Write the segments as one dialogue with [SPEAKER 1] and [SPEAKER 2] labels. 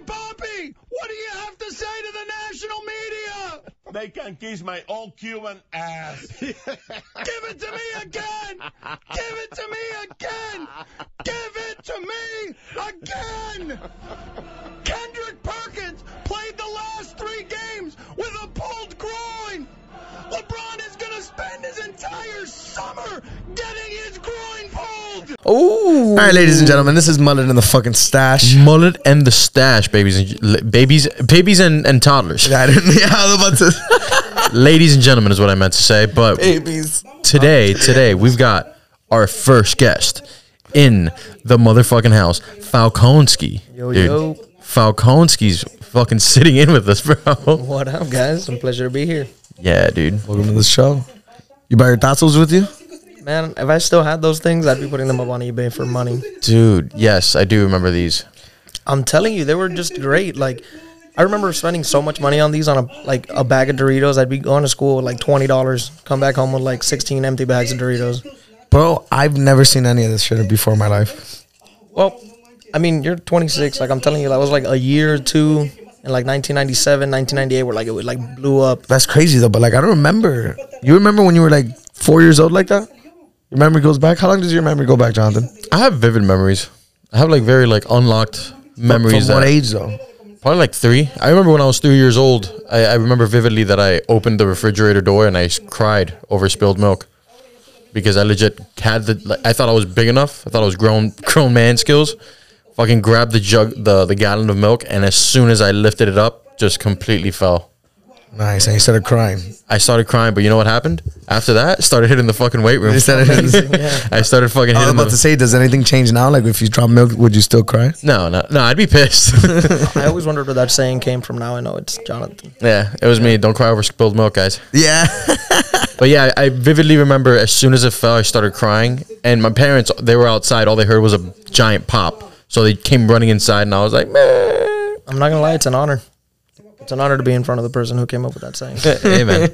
[SPEAKER 1] me? What do you have to say to the national media?
[SPEAKER 2] They can kiss my old Cuban ass.
[SPEAKER 1] Give it to me again! Give it to me again! Give it to me again! Kendrick Perkins played the last three games with a pulled groin! LeBron is gonna spend his entire summer getting his groin pulled!
[SPEAKER 3] Ooh.
[SPEAKER 4] All right, ladies and gentlemen, this is Mullet in the fucking stash.
[SPEAKER 3] Mullet and the stash, babies and li- babies, babies and, and toddlers.
[SPEAKER 4] I didn't. Yeah, I was about to.
[SPEAKER 3] Ladies and gentlemen is what I meant to say. But
[SPEAKER 4] Babies.
[SPEAKER 3] today, today we've got our first guest in the motherfucking house, Falkonski.
[SPEAKER 5] Yo,
[SPEAKER 3] dude.
[SPEAKER 5] yo.
[SPEAKER 3] Falkonski's fucking sitting in with us, bro.
[SPEAKER 5] What up, guys? It's a pleasure to be here.
[SPEAKER 3] Yeah, dude.
[SPEAKER 4] Welcome to the show. You brought your tassels with you?
[SPEAKER 5] Man, if I still had those things, I'd be putting them up on eBay for money.
[SPEAKER 3] Dude, yes, I do remember these.
[SPEAKER 5] I'm telling you, they were just great. Like, I remember spending so much money on these on a like a bag of Doritos. I'd be going to school with like twenty dollars, come back home with like sixteen empty bags of Doritos.
[SPEAKER 4] Bro, I've never seen any of this shit before in my life.
[SPEAKER 5] Well, I mean, you're 26. Like I'm telling you, that was like a year or two in like 1997, 1998, where like it would like blew up.
[SPEAKER 4] That's crazy though, but like I don't remember. You remember when you were like four years old like that? Your memory goes back. How long does your memory go back, Jonathan?
[SPEAKER 3] I have vivid memories. I have like very like unlocked memories.
[SPEAKER 4] From
[SPEAKER 3] that-
[SPEAKER 4] what age though?
[SPEAKER 3] Probably like three. I remember when I was three years old. I, I remember vividly that I opened the refrigerator door and I s- cried over spilled milk because I legit had the. Like, I thought I was big enough. I thought I was grown grown man skills. Fucking grabbed the jug, the the gallon of milk, and as soon as I lifted it up, just completely fell.
[SPEAKER 4] Nice. And you started crying.
[SPEAKER 3] I started crying, but you know what happened after that? Started hitting the fucking weight room.
[SPEAKER 4] You started hitting-
[SPEAKER 3] I started fucking
[SPEAKER 4] I was
[SPEAKER 3] hitting.
[SPEAKER 4] about
[SPEAKER 3] the,
[SPEAKER 4] to say, does anything change now? Like if you drop milk, would you still cry?
[SPEAKER 3] no, no, no. I'd be pissed.
[SPEAKER 5] I always wondered where that saying came from. Now I know it's Jonathan.
[SPEAKER 3] yeah, it was me. Don't cry over spilled milk, guys.
[SPEAKER 4] Yeah.
[SPEAKER 3] But yeah, I vividly remember as soon as it fell, I started crying, and my parents they were outside. All they heard was a giant pop, so they came running inside, and I was like, "Meh."
[SPEAKER 5] I'm not gonna lie, it's an honor. It's an honor to be in front of the person who came up with that saying.
[SPEAKER 3] "Hey man,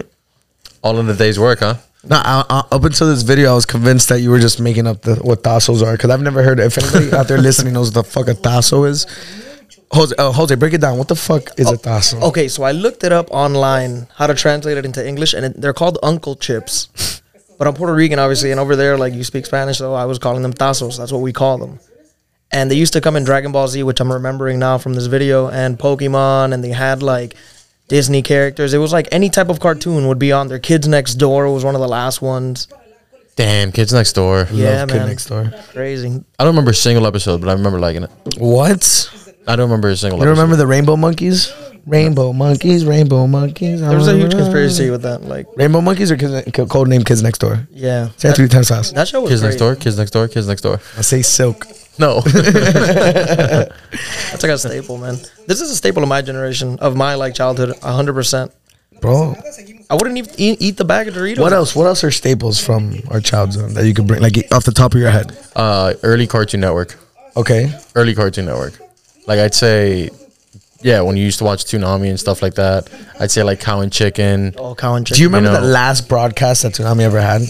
[SPEAKER 3] all in the day's work, huh?"
[SPEAKER 4] No, I, I, up until this video, I was convinced that you were just making up the, what tassels are because I've never heard. If anybody out there listening knows what the fuck a tasso is, Jose, uh, Jose, break it down. What the fuck is a tasso?
[SPEAKER 5] Okay, so I looked it up online how to translate it into English, and it, they're called Uncle Chips. but I'm Puerto Rican, obviously, and over there, like you speak Spanish, so I was calling them tazos. That's what we call them. And they used to come in Dragon Ball Z, which I'm remembering now from this video, and Pokemon, and they had like Disney characters. It was like any type of cartoon would be on there. Kids Next Door was one of the last ones.
[SPEAKER 3] Damn, kids next door.
[SPEAKER 5] Yeah,
[SPEAKER 4] Love Kid
[SPEAKER 5] man.
[SPEAKER 4] Next Door.
[SPEAKER 5] Crazy.
[SPEAKER 3] I don't remember a single episode, but I remember liking it.
[SPEAKER 4] What?
[SPEAKER 3] I don't remember a single.
[SPEAKER 4] You
[SPEAKER 3] episode.
[SPEAKER 4] remember the Rainbow Monkeys? Rainbow Monkeys, Rainbow Monkeys.
[SPEAKER 5] There was a huge conspiracy with that. Like,
[SPEAKER 4] Rainbow Monkeys or kids, co- code name Kids Next Door?
[SPEAKER 5] yeah.
[SPEAKER 4] Say it three
[SPEAKER 5] That,
[SPEAKER 4] times fast.
[SPEAKER 5] that show was
[SPEAKER 3] Kids next
[SPEAKER 5] great.
[SPEAKER 3] door, kids next door, kids next door.
[SPEAKER 4] I say Silk.
[SPEAKER 3] No,
[SPEAKER 5] That's like a staple, man. This is a staple of my generation, of my like childhood, 100%.
[SPEAKER 4] Bro,
[SPEAKER 5] I wouldn't even eat, eat the bag of Doritos.
[SPEAKER 4] what else? What else are staples from our childhood that you could bring, like off the top of your head?
[SPEAKER 3] uh, early Cartoon Network,
[SPEAKER 4] Okay.
[SPEAKER 3] early Cartoon Network. Like I'd say, yeah, when you used to watch Toonami and stuff like that. I'd say like Cow and Chicken.
[SPEAKER 5] Oh, cow and
[SPEAKER 4] Do you remember
[SPEAKER 3] know.
[SPEAKER 4] the last broadcast that Tsunami ever had?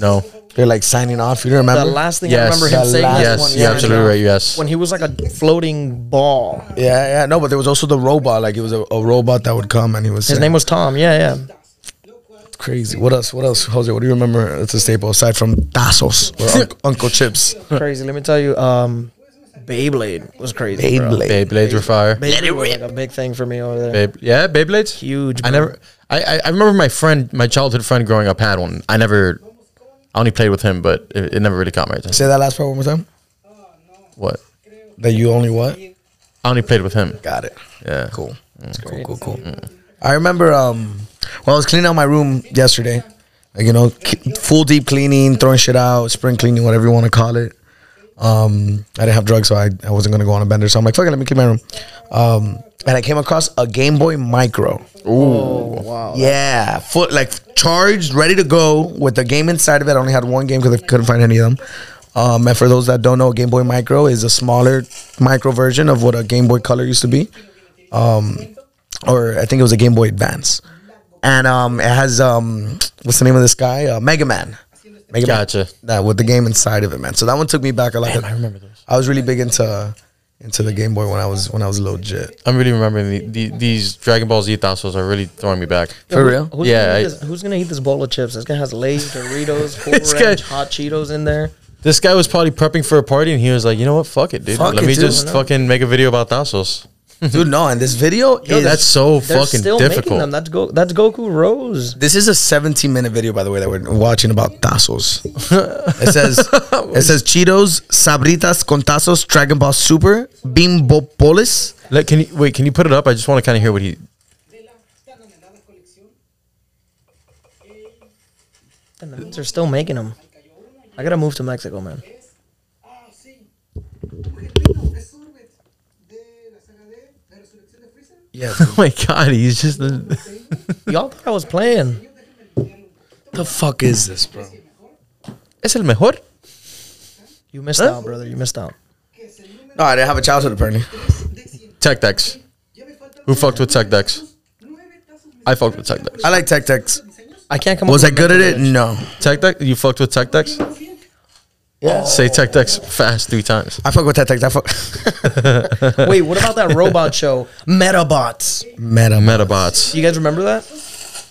[SPEAKER 3] No,
[SPEAKER 4] They're like signing off. You don't remember?
[SPEAKER 5] the last thing I
[SPEAKER 3] Yes.
[SPEAKER 5] remember him
[SPEAKER 4] The
[SPEAKER 5] saying?
[SPEAKER 4] last
[SPEAKER 5] was
[SPEAKER 3] yes,
[SPEAKER 4] one,
[SPEAKER 3] you're
[SPEAKER 4] yeah.
[SPEAKER 3] absolutely right. Yes,
[SPEAKER 5] When he was like a floating ball.
[SPEAKER 4] Yeah, yeah. No, but there was also the robot. Like it was a, a robot that would come and he was
[SPEAKER 5] His name was Tom. Yeah, yeah.
[SPEAKER 4] crazy. What else? What else, Jose? What do you remember? It's a staple aside from Tassos or Unc- Uncle Chips.
[SPEAKER 5] Crazy. Let me tell you, um, Beyblade was crazy. Beyblade.
[SPEAKER 4] Beyblade.
[SPEAKER 3] Beyblades were fire.
[SPEAKER 5] Beyblade was like a big thing for me over there.
[SPEAKER 3] Bey- yeah, Beyblades.
[SPEAKER 5] Huge. bro.
[SPEAKER 3] I never. I, I I remember my friend, my childhood friend, growing up had one. I never. I only played with him, but it, it never really caught my attention.
[SPEAKER 4] Say that last part one more time.
[SPEAKER 3] What?
[SPEAKER 4] That you only what?
[SPEAKER 3] I only played with him.
[SPEAKER 4] Got it.
[SPEAKER 3] Yeah.
[SPEAKER 4] Cool. Cool, cool, cool. I remember um, when I was cleaning out my room yesterday, like, you know, k- full deep cleaning, throwing shit out, spring cleaning, whatever you want to call it. Um, I didn't have drugs, so I, I wasn't going to go on a bender. So I'm like, fuck it, let me clean my room. Um, and I came across a Game Boy Micro.
[SPEAKER 5] Oh, wow.
[SPEAKER 4] Yeah, full, like charged, ready to go with the game inside of it. I only had one game because I couldn't find any of them. Um, and for those that don't know, Game Boy Micro is a smaller micro version of what a Game Boy Color used to be, um, or I think it was a Game Boy Advance. And um, it has um, what's the name of this guy? Uh, Mega Man. Mega Man.
[SPEAKER 3] Gotcha.
[SPEAKER 4] That with the game inside of it, man. So that one took me back a lot. I remember those. I was really big into into the Game Boy when I was when I was legit.
[SPEAKER 3] I'm really remembering the, the, these Dragon Ball Z tazos are really throwing me back.
[SPEAKER 4] For real?
[SPEAKER 5] Who's
[SPEAKER 3] Yeah,
[SPEAKER 5] Gonna
[SPEAKER 3] I-
[SPEAKER 5] eat this, who's gonna eat this bowl of chips? This guy has Lay's, Doritos, Cool
[SPEAKER 3] This
[SPEAKER 5] Ranch,
[SPEAKER 3] guy-
[SPEAKER 5] Hot Cheetos in there.
[SPEAKER 3] This guy was probably prepping for a party, and he was like, "You know what? Fuck it, dude.
[SPEAKER 4] Fuck
[SPEAKER 3] Let
[SPEAKER 4] it,
[SPEAKER 3] me
[SPEAKER 4] dude.
[SPEAKER 3] just fucking make a video about tazos."
[SPEAKER 4] Dude, no, and this video
[SPEAKER 3] Yo,
[SPEAKER 4] is
[SPEAKER 3] that's so
[SPEAKER 5] They're
[SPEAKER 3] fucking
[SPEAKER 5] still making them.
[SPEAKER 3] difficult.
[SPEAKER 5] That's go. That's Goku Rose.
[SPEAKER 4] This is a 17 minute video, by the way, that we're watching about tazos. it says it says Cheetos, Sabritas con tazos, Dragon Ball Super, Bimbo Polis.
[SPEAKER 3] Like, can you wait? Can you put it up? I just want to kind of hear what he.
[SPEAKER 5] They're still making them. I gotta move to Mexico, man.
[SPEAKER 6] Ah, sí. El reino es sorbet de la saga de la resurrección de Freezer.
[SPEAKER 3] Oh my god, he's just. The,
[SPEAKER 5] Y'all thought I was playing.
[SPEAKER 4] The fuck is this, bro?
[SPEAKER 3] es el mejor.
[SPEAKER 5] You missed out, brother. You missed out.
[SPEAKER 4] No, I didn't have a childhood apparently.
[SPEAKER 3] Tech Dex. Who fucked with Tech Dex? I fucked with Tech Dex.
[SPEAKER 4] I like Tech Techs.
[SPEAKER 5] I can't come.
[SPEAKER 4] Was I
[SPEAKER 5] up with
[SPEAKER 4] good at it?
[SPEAKER 5] Mexican dish.
[SPEAKER 4] No.
[SPEAKER 3] Tech Dex. You fucked with Tech Dex. Yeah. Say Tech Dex fast three times.
[SPEAKER 4] I fuck with Tech Techs. I fuck
[SPEAKER 5] Wait, what about that robot show, Metabots?
[SPEAKER 4] Meta.
[SPEAKER 3] Metabots.
[SPEAKER 5] Do you guys remember that?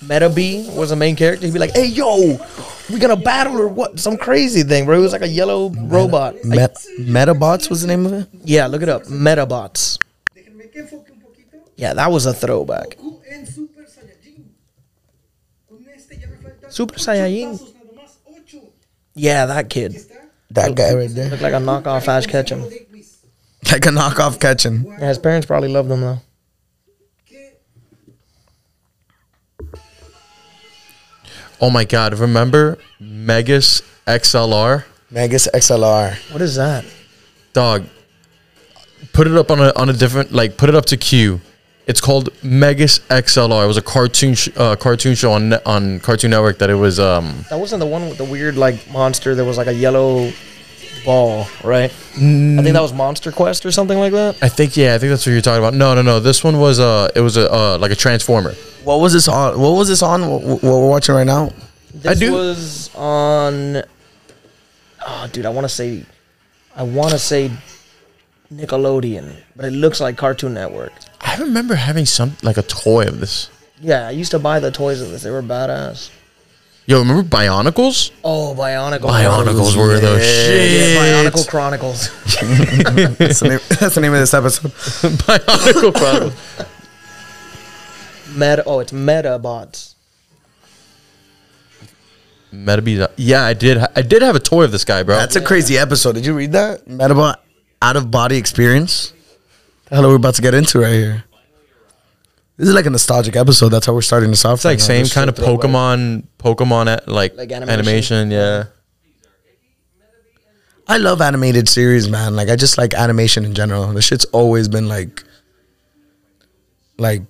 [SPEAKER 5] Meta B was the main character. He'd be like, "Hey, yo, we gonna battle or what? Some crazy thing, bro." He was like a yellow robot. I-
[SPEAKER 4] Met- Metabots was the name of it?
[SPEAKER 5] yeah, look it up. Metabots.
[SPEAKER 6] Déjenme que enfoque un poquito.
[SPEAKER 5] Yeah, that was a throwback.
[SPEAKER 6] Goku en Super Saiyajin. Con este ya me faltan
[SPEAKER 5] Super
[SPEAKER 6] ocho
[SPEAKER 5] Saiyajin.
[SPEAKER 6] tazos, nada más, ocho.
[SPEAKER 5] Yeah, that kid
[SPEAKER 4] That guy right there.
[SPEAKER 5] looked like a knockoff Ash Ketchum.
[SPEAKER 6] Davis,
[SPEAKER 4] Like a knockoff catching.
[SPEAKER 5] Yeah, his parents probably loved him though.
[SPEAKER 6] que
[SPEAKER 3] Oh my god! Remember Megas XLR?
[SPEAKER 4] Megas XLR.
[SPEAKER 5] What is that?
[SPEAKER 3] dog put it up on a on a different like put it up to Q. It's called Megas XLR. It was a cartoon sh- uh, cartoon show on ne- on Cartoon Network that it was um
[SPEAKER 5] That wasn't the one with the weird like monster that was like a yellow ball, right? I think that was Monster Quest or something like that.
[SPEAKER 3] I think yeah I think that's what you're talking about. No no no this one was uh it was a uh, like a transformer.
[SPEAKER 4] What was this on? What was this on? What, what we're watching right now?
[SPEAKER 5] This
[SPEAKER 3] do-
[SPEAKER 5] was on. Oh, dude, I want to say, I want to say Nickelodeon, but it looks like Cartoon Network.
[SPEAKER 3] I remember having some like a toy of this.
[SPEAKER 5] Yeah, I used to buy the toys of this. They were badass.
[SPEAKER 3] Yo, remember Bionicles?
[SPEAKER 5] Oh, Bionicle.
[SPEAKER 3] Bionicles
[SPEAKER 5] Chronicles.
[SPEAKER 3] were the shit.
[SPEAKER 5] Yeah, Bionicle Chronicles.
[SPEAKER 4] That's the name, that's the name of this episode.
[SPEAKER 3] Bionicle Chronicles.
[SPEAKER 5] Meta. Oh, it's Metabots.
[SPEAKER 3] Metabees. Yeah, I did. Ha- I did have a toy of this guy, bro.
[SPEAKER 4] That's a crazy episode. Did you read that? Metabot out of body experience. The hell are we about to get into right here? This is like a nostalgic episode. That's how we're starting this off.
[SPEAKER 3] It's like same kind of Pokemon, Pokemon at, like,
[SPEAKER 5] Like
[SPEAKER 3] animation.
[SPEAKER 5] animation?
[SPEAKER 3] Yeah,
[SPEAKER 4] I love animated series, man. Like I just like animation in general. The shit's always been like, like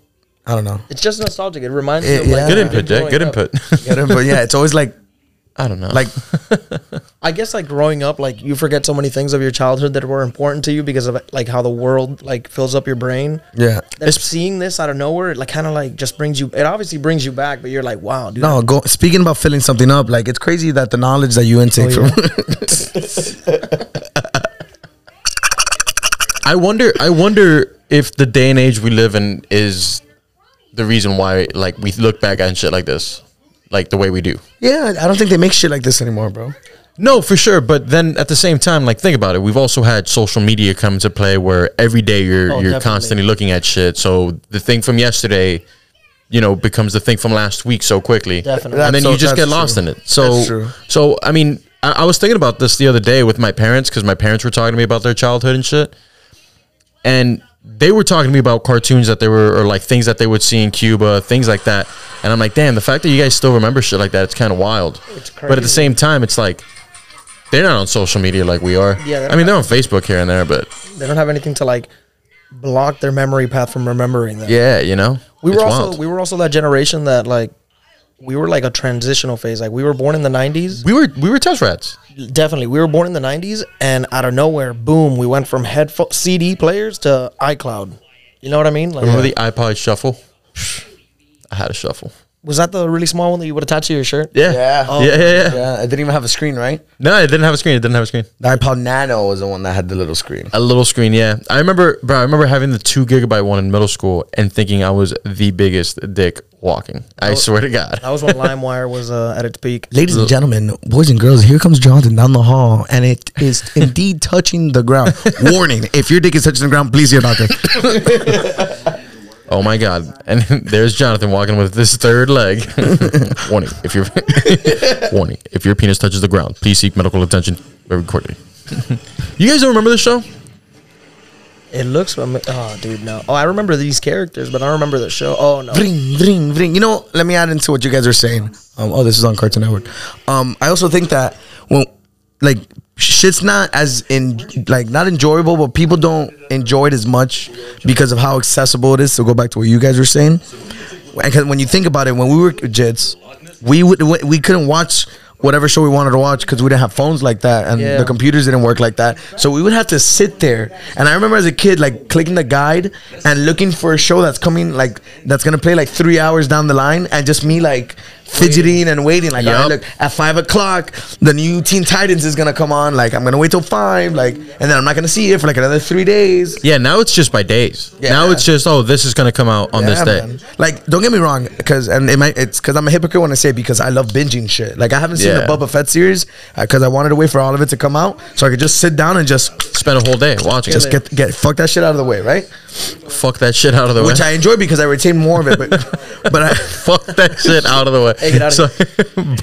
[SPEAKER 4] I don't know.
[SPEAKER 5] It's just nostalgic. It reminds
[SPEAKER 4] Yeah,
[SPEAKER 5] me of like
[SPEAKER 4] yeah.
[SPEAKER 3] good
[SPEAKER 4] Uh,
[SPEAKER 3] input, Jake.
[SPEAKER 5] growing
[SPEAKER 3] Good
[SPEAKER 5] up.
[SPEAKER 3] input.
[SPEAKER 4] Get it? But yeah, it's always like
[SPEAKER 3] I don't know.
[SPEAKER 4] like
[SPEAKER 5] I guess like growing up, like you forget so many things of your childhood that were important to you because of like how the world like fills up your brain.
[SPEAKER 4] yeah.
[SPEAKER 5] That seeing this out of nowhere, it like kind of like just brings you. It obviously brings you back, but you're like, wow, dude.
[SPEAKER 4] No, go speaking about filling something up, like it's crazy that the knowledge that you intake
[SPEAKER 3] Oh,
[SPEAKER 4] from
[SPEAKER 3] I wonder. I wonder if the day and age we live in is the reason why like we look back at shit like this, like the way we do.
[SPEAKER 4] Yeah, I don't think they make shit like this anymore, bro.
[SPEAKER 3] No, for sure. But then at the same time, like think about it. We've also had social media come to play where every day you're
[SPEAKER 4] Oh,
[SPEAKER 3] you're
[SPEAKER 5] definitely.
[SPEAKER 3] constantly looking at shit. So the thing from yesterday, you know, becomes the thing from last week so quickly.
[SPEAKER 5] Definitely.
[SPEAKER 3] And then
[SPEAKER 4] That's
[SPEAKER 3] you
[SPEAKER 4] so-
[SPEAKER 3] just get
[SPEAKER 4] that's
[SPEAKER 3] lost
[SPEAKER 4] true.
[SPEAKER 3] in it. So
[SPEAKER 4] That's true.
[SPEAKER 3] so I mean, I, I was thinking about this the other day with my parents because my parents were talking to me about their childhood and shit. And they were talking to me about cartoons that they were or like things that they would see in Cuba, things like that. And I'm like, damn, the fact that you guys still remember shit like that, it's kind of wild. But at the
[SPEAKER 5] crazy.
[SPEAKER 3] same time, it's like they're not on social media like we are.
[SPEAKER 5] Yeah, they're
[SPEAKER 3] I mean, they're on Facebook here and there, but
[SPEAKER 5] They don't have anything to like block their memory path from remembering them.
[SPEAKER 3] yeah, you know,
[SPEAKER 5] we were
[SPEAKER 3] It's
[SPEAKER 5] also
[SPEAKER 3] wild.
[SPEAKER 5] we were also that generation that like we were like a transitional phase. Like we were born in the '90s.
[SPEAKER 3] we were we were test rats.
[SPEAKER 5] Definitely, we were born in the '90s, and out of nowhere, boom, we went from headphone CD players to iCloud. You know what I mean? Like,
[SPEAKER 3] Remember the iPod Shuffle? I had a shuffle.
[SPEAKER 5] Was that the really small one that you would attach to your shirt?
[SPEAKER 3] Yeah. Oh.
[SPEAKER 4] Yeah.
[SPEAKER 3] yeah, yeah, yeah.
[SPEAKER 5] Oh,
[SPEAKER 4] Yeah, it didn't even have a screen, right?
[SPEAKER 3] No, it didn't have a screen. It didn't have a screen.
[SPEAKER 4] The iPod Nano was the one that had the little screen.
[SPEAKER 3] A little screen, yeah. I remember, bro. I remember having the two gigabyte one in middle school and thinking I was the biggest dick walking. I
[SPEAKER 5] Oh.
[SPEAKER 3] swear to God.
[SPEAKER 5] That was when LimeWire was uh, at its peak.
[SPEAKER 4] Ladies and gentlemen, boys and girls, here comes Jonathan down the hall, and it is indeed touching the ground. Warning: If your dick is touching the ground, please see a doctor.
[SPEAKER 3] Oh my God! And there's Jonathan walking with this third leg. warning: If your warning, if your penis touches the ground, please seek medical attention very quickly. you guys don't remember this show?
[SPEAKER 5] It looks. fami- Oh, dude, no. Oh, I remember these characters, but I don't remember the show. Oh no.
[SPEAKER 4] Vring, vring, vring. You know, let me add into what you guys are saying. Um, oh, this is on Cartoon Network. Um, I also think that when, like, shit's not as in, like, not enjoyable, but people don't enjoy it as much because of how accessible it is. So go back to what you guys were saying. Because when you think about it, when we were kids, we would we we couldn't watch whatever show we wanted to watch because we didn't have phones like that and
[SPEAKER 5] Yeah.
[SPEAKER 4] the computers didn't work like that. So we would have to sit there. And I remember as a kid, like clicking the guide and looking for a show that's coming, like that's gonna play like three hours down the line, and just me like fidgeting and waiting. Like,
[SPEAKER 3] Yup.
[SPEAKER 4] all right, look, at five o'clock, the new Teen Titans is gonna come on. Like, I'm gonna wait till five. Like, and then I'm not gonna see it for like another three days.
[SPEAKER 3] Yeah. Now it's just by days.
[SPEAKER 4] Yeah.
[SPEAKER 3] Now it's just oh, this is gonna come out on this
[SPEAKER 4] Yeah,
[SPEAKER 3] day.
[SPEAKER 4] man. Like, don't get me wrong, because and it might, it's because I'm a hypocrite when I say it because I love binging shit. Like, I haven't seen
[SPEAKER 3] Yeah.
[SPEAKER 4] the Boba Fett series because I wanted to wait for all of it to come out so I could just sit down and just
[SPEAKER 3] Spend a whole day watching.
[SPEAKER 4] just
[SPEAKER 3] Just
[SPEAKER 4] get get fuck that shit out of the way, right?
[SPEAKER 3] fuck that shit out of the way.
[SPEAKER 4] Which I enjoy because I retain more of it, but but I.
[SPEAKER 3] fuck that shit out of the way.
[SPEAKER 5] get out of
[SPEAKER 3] so,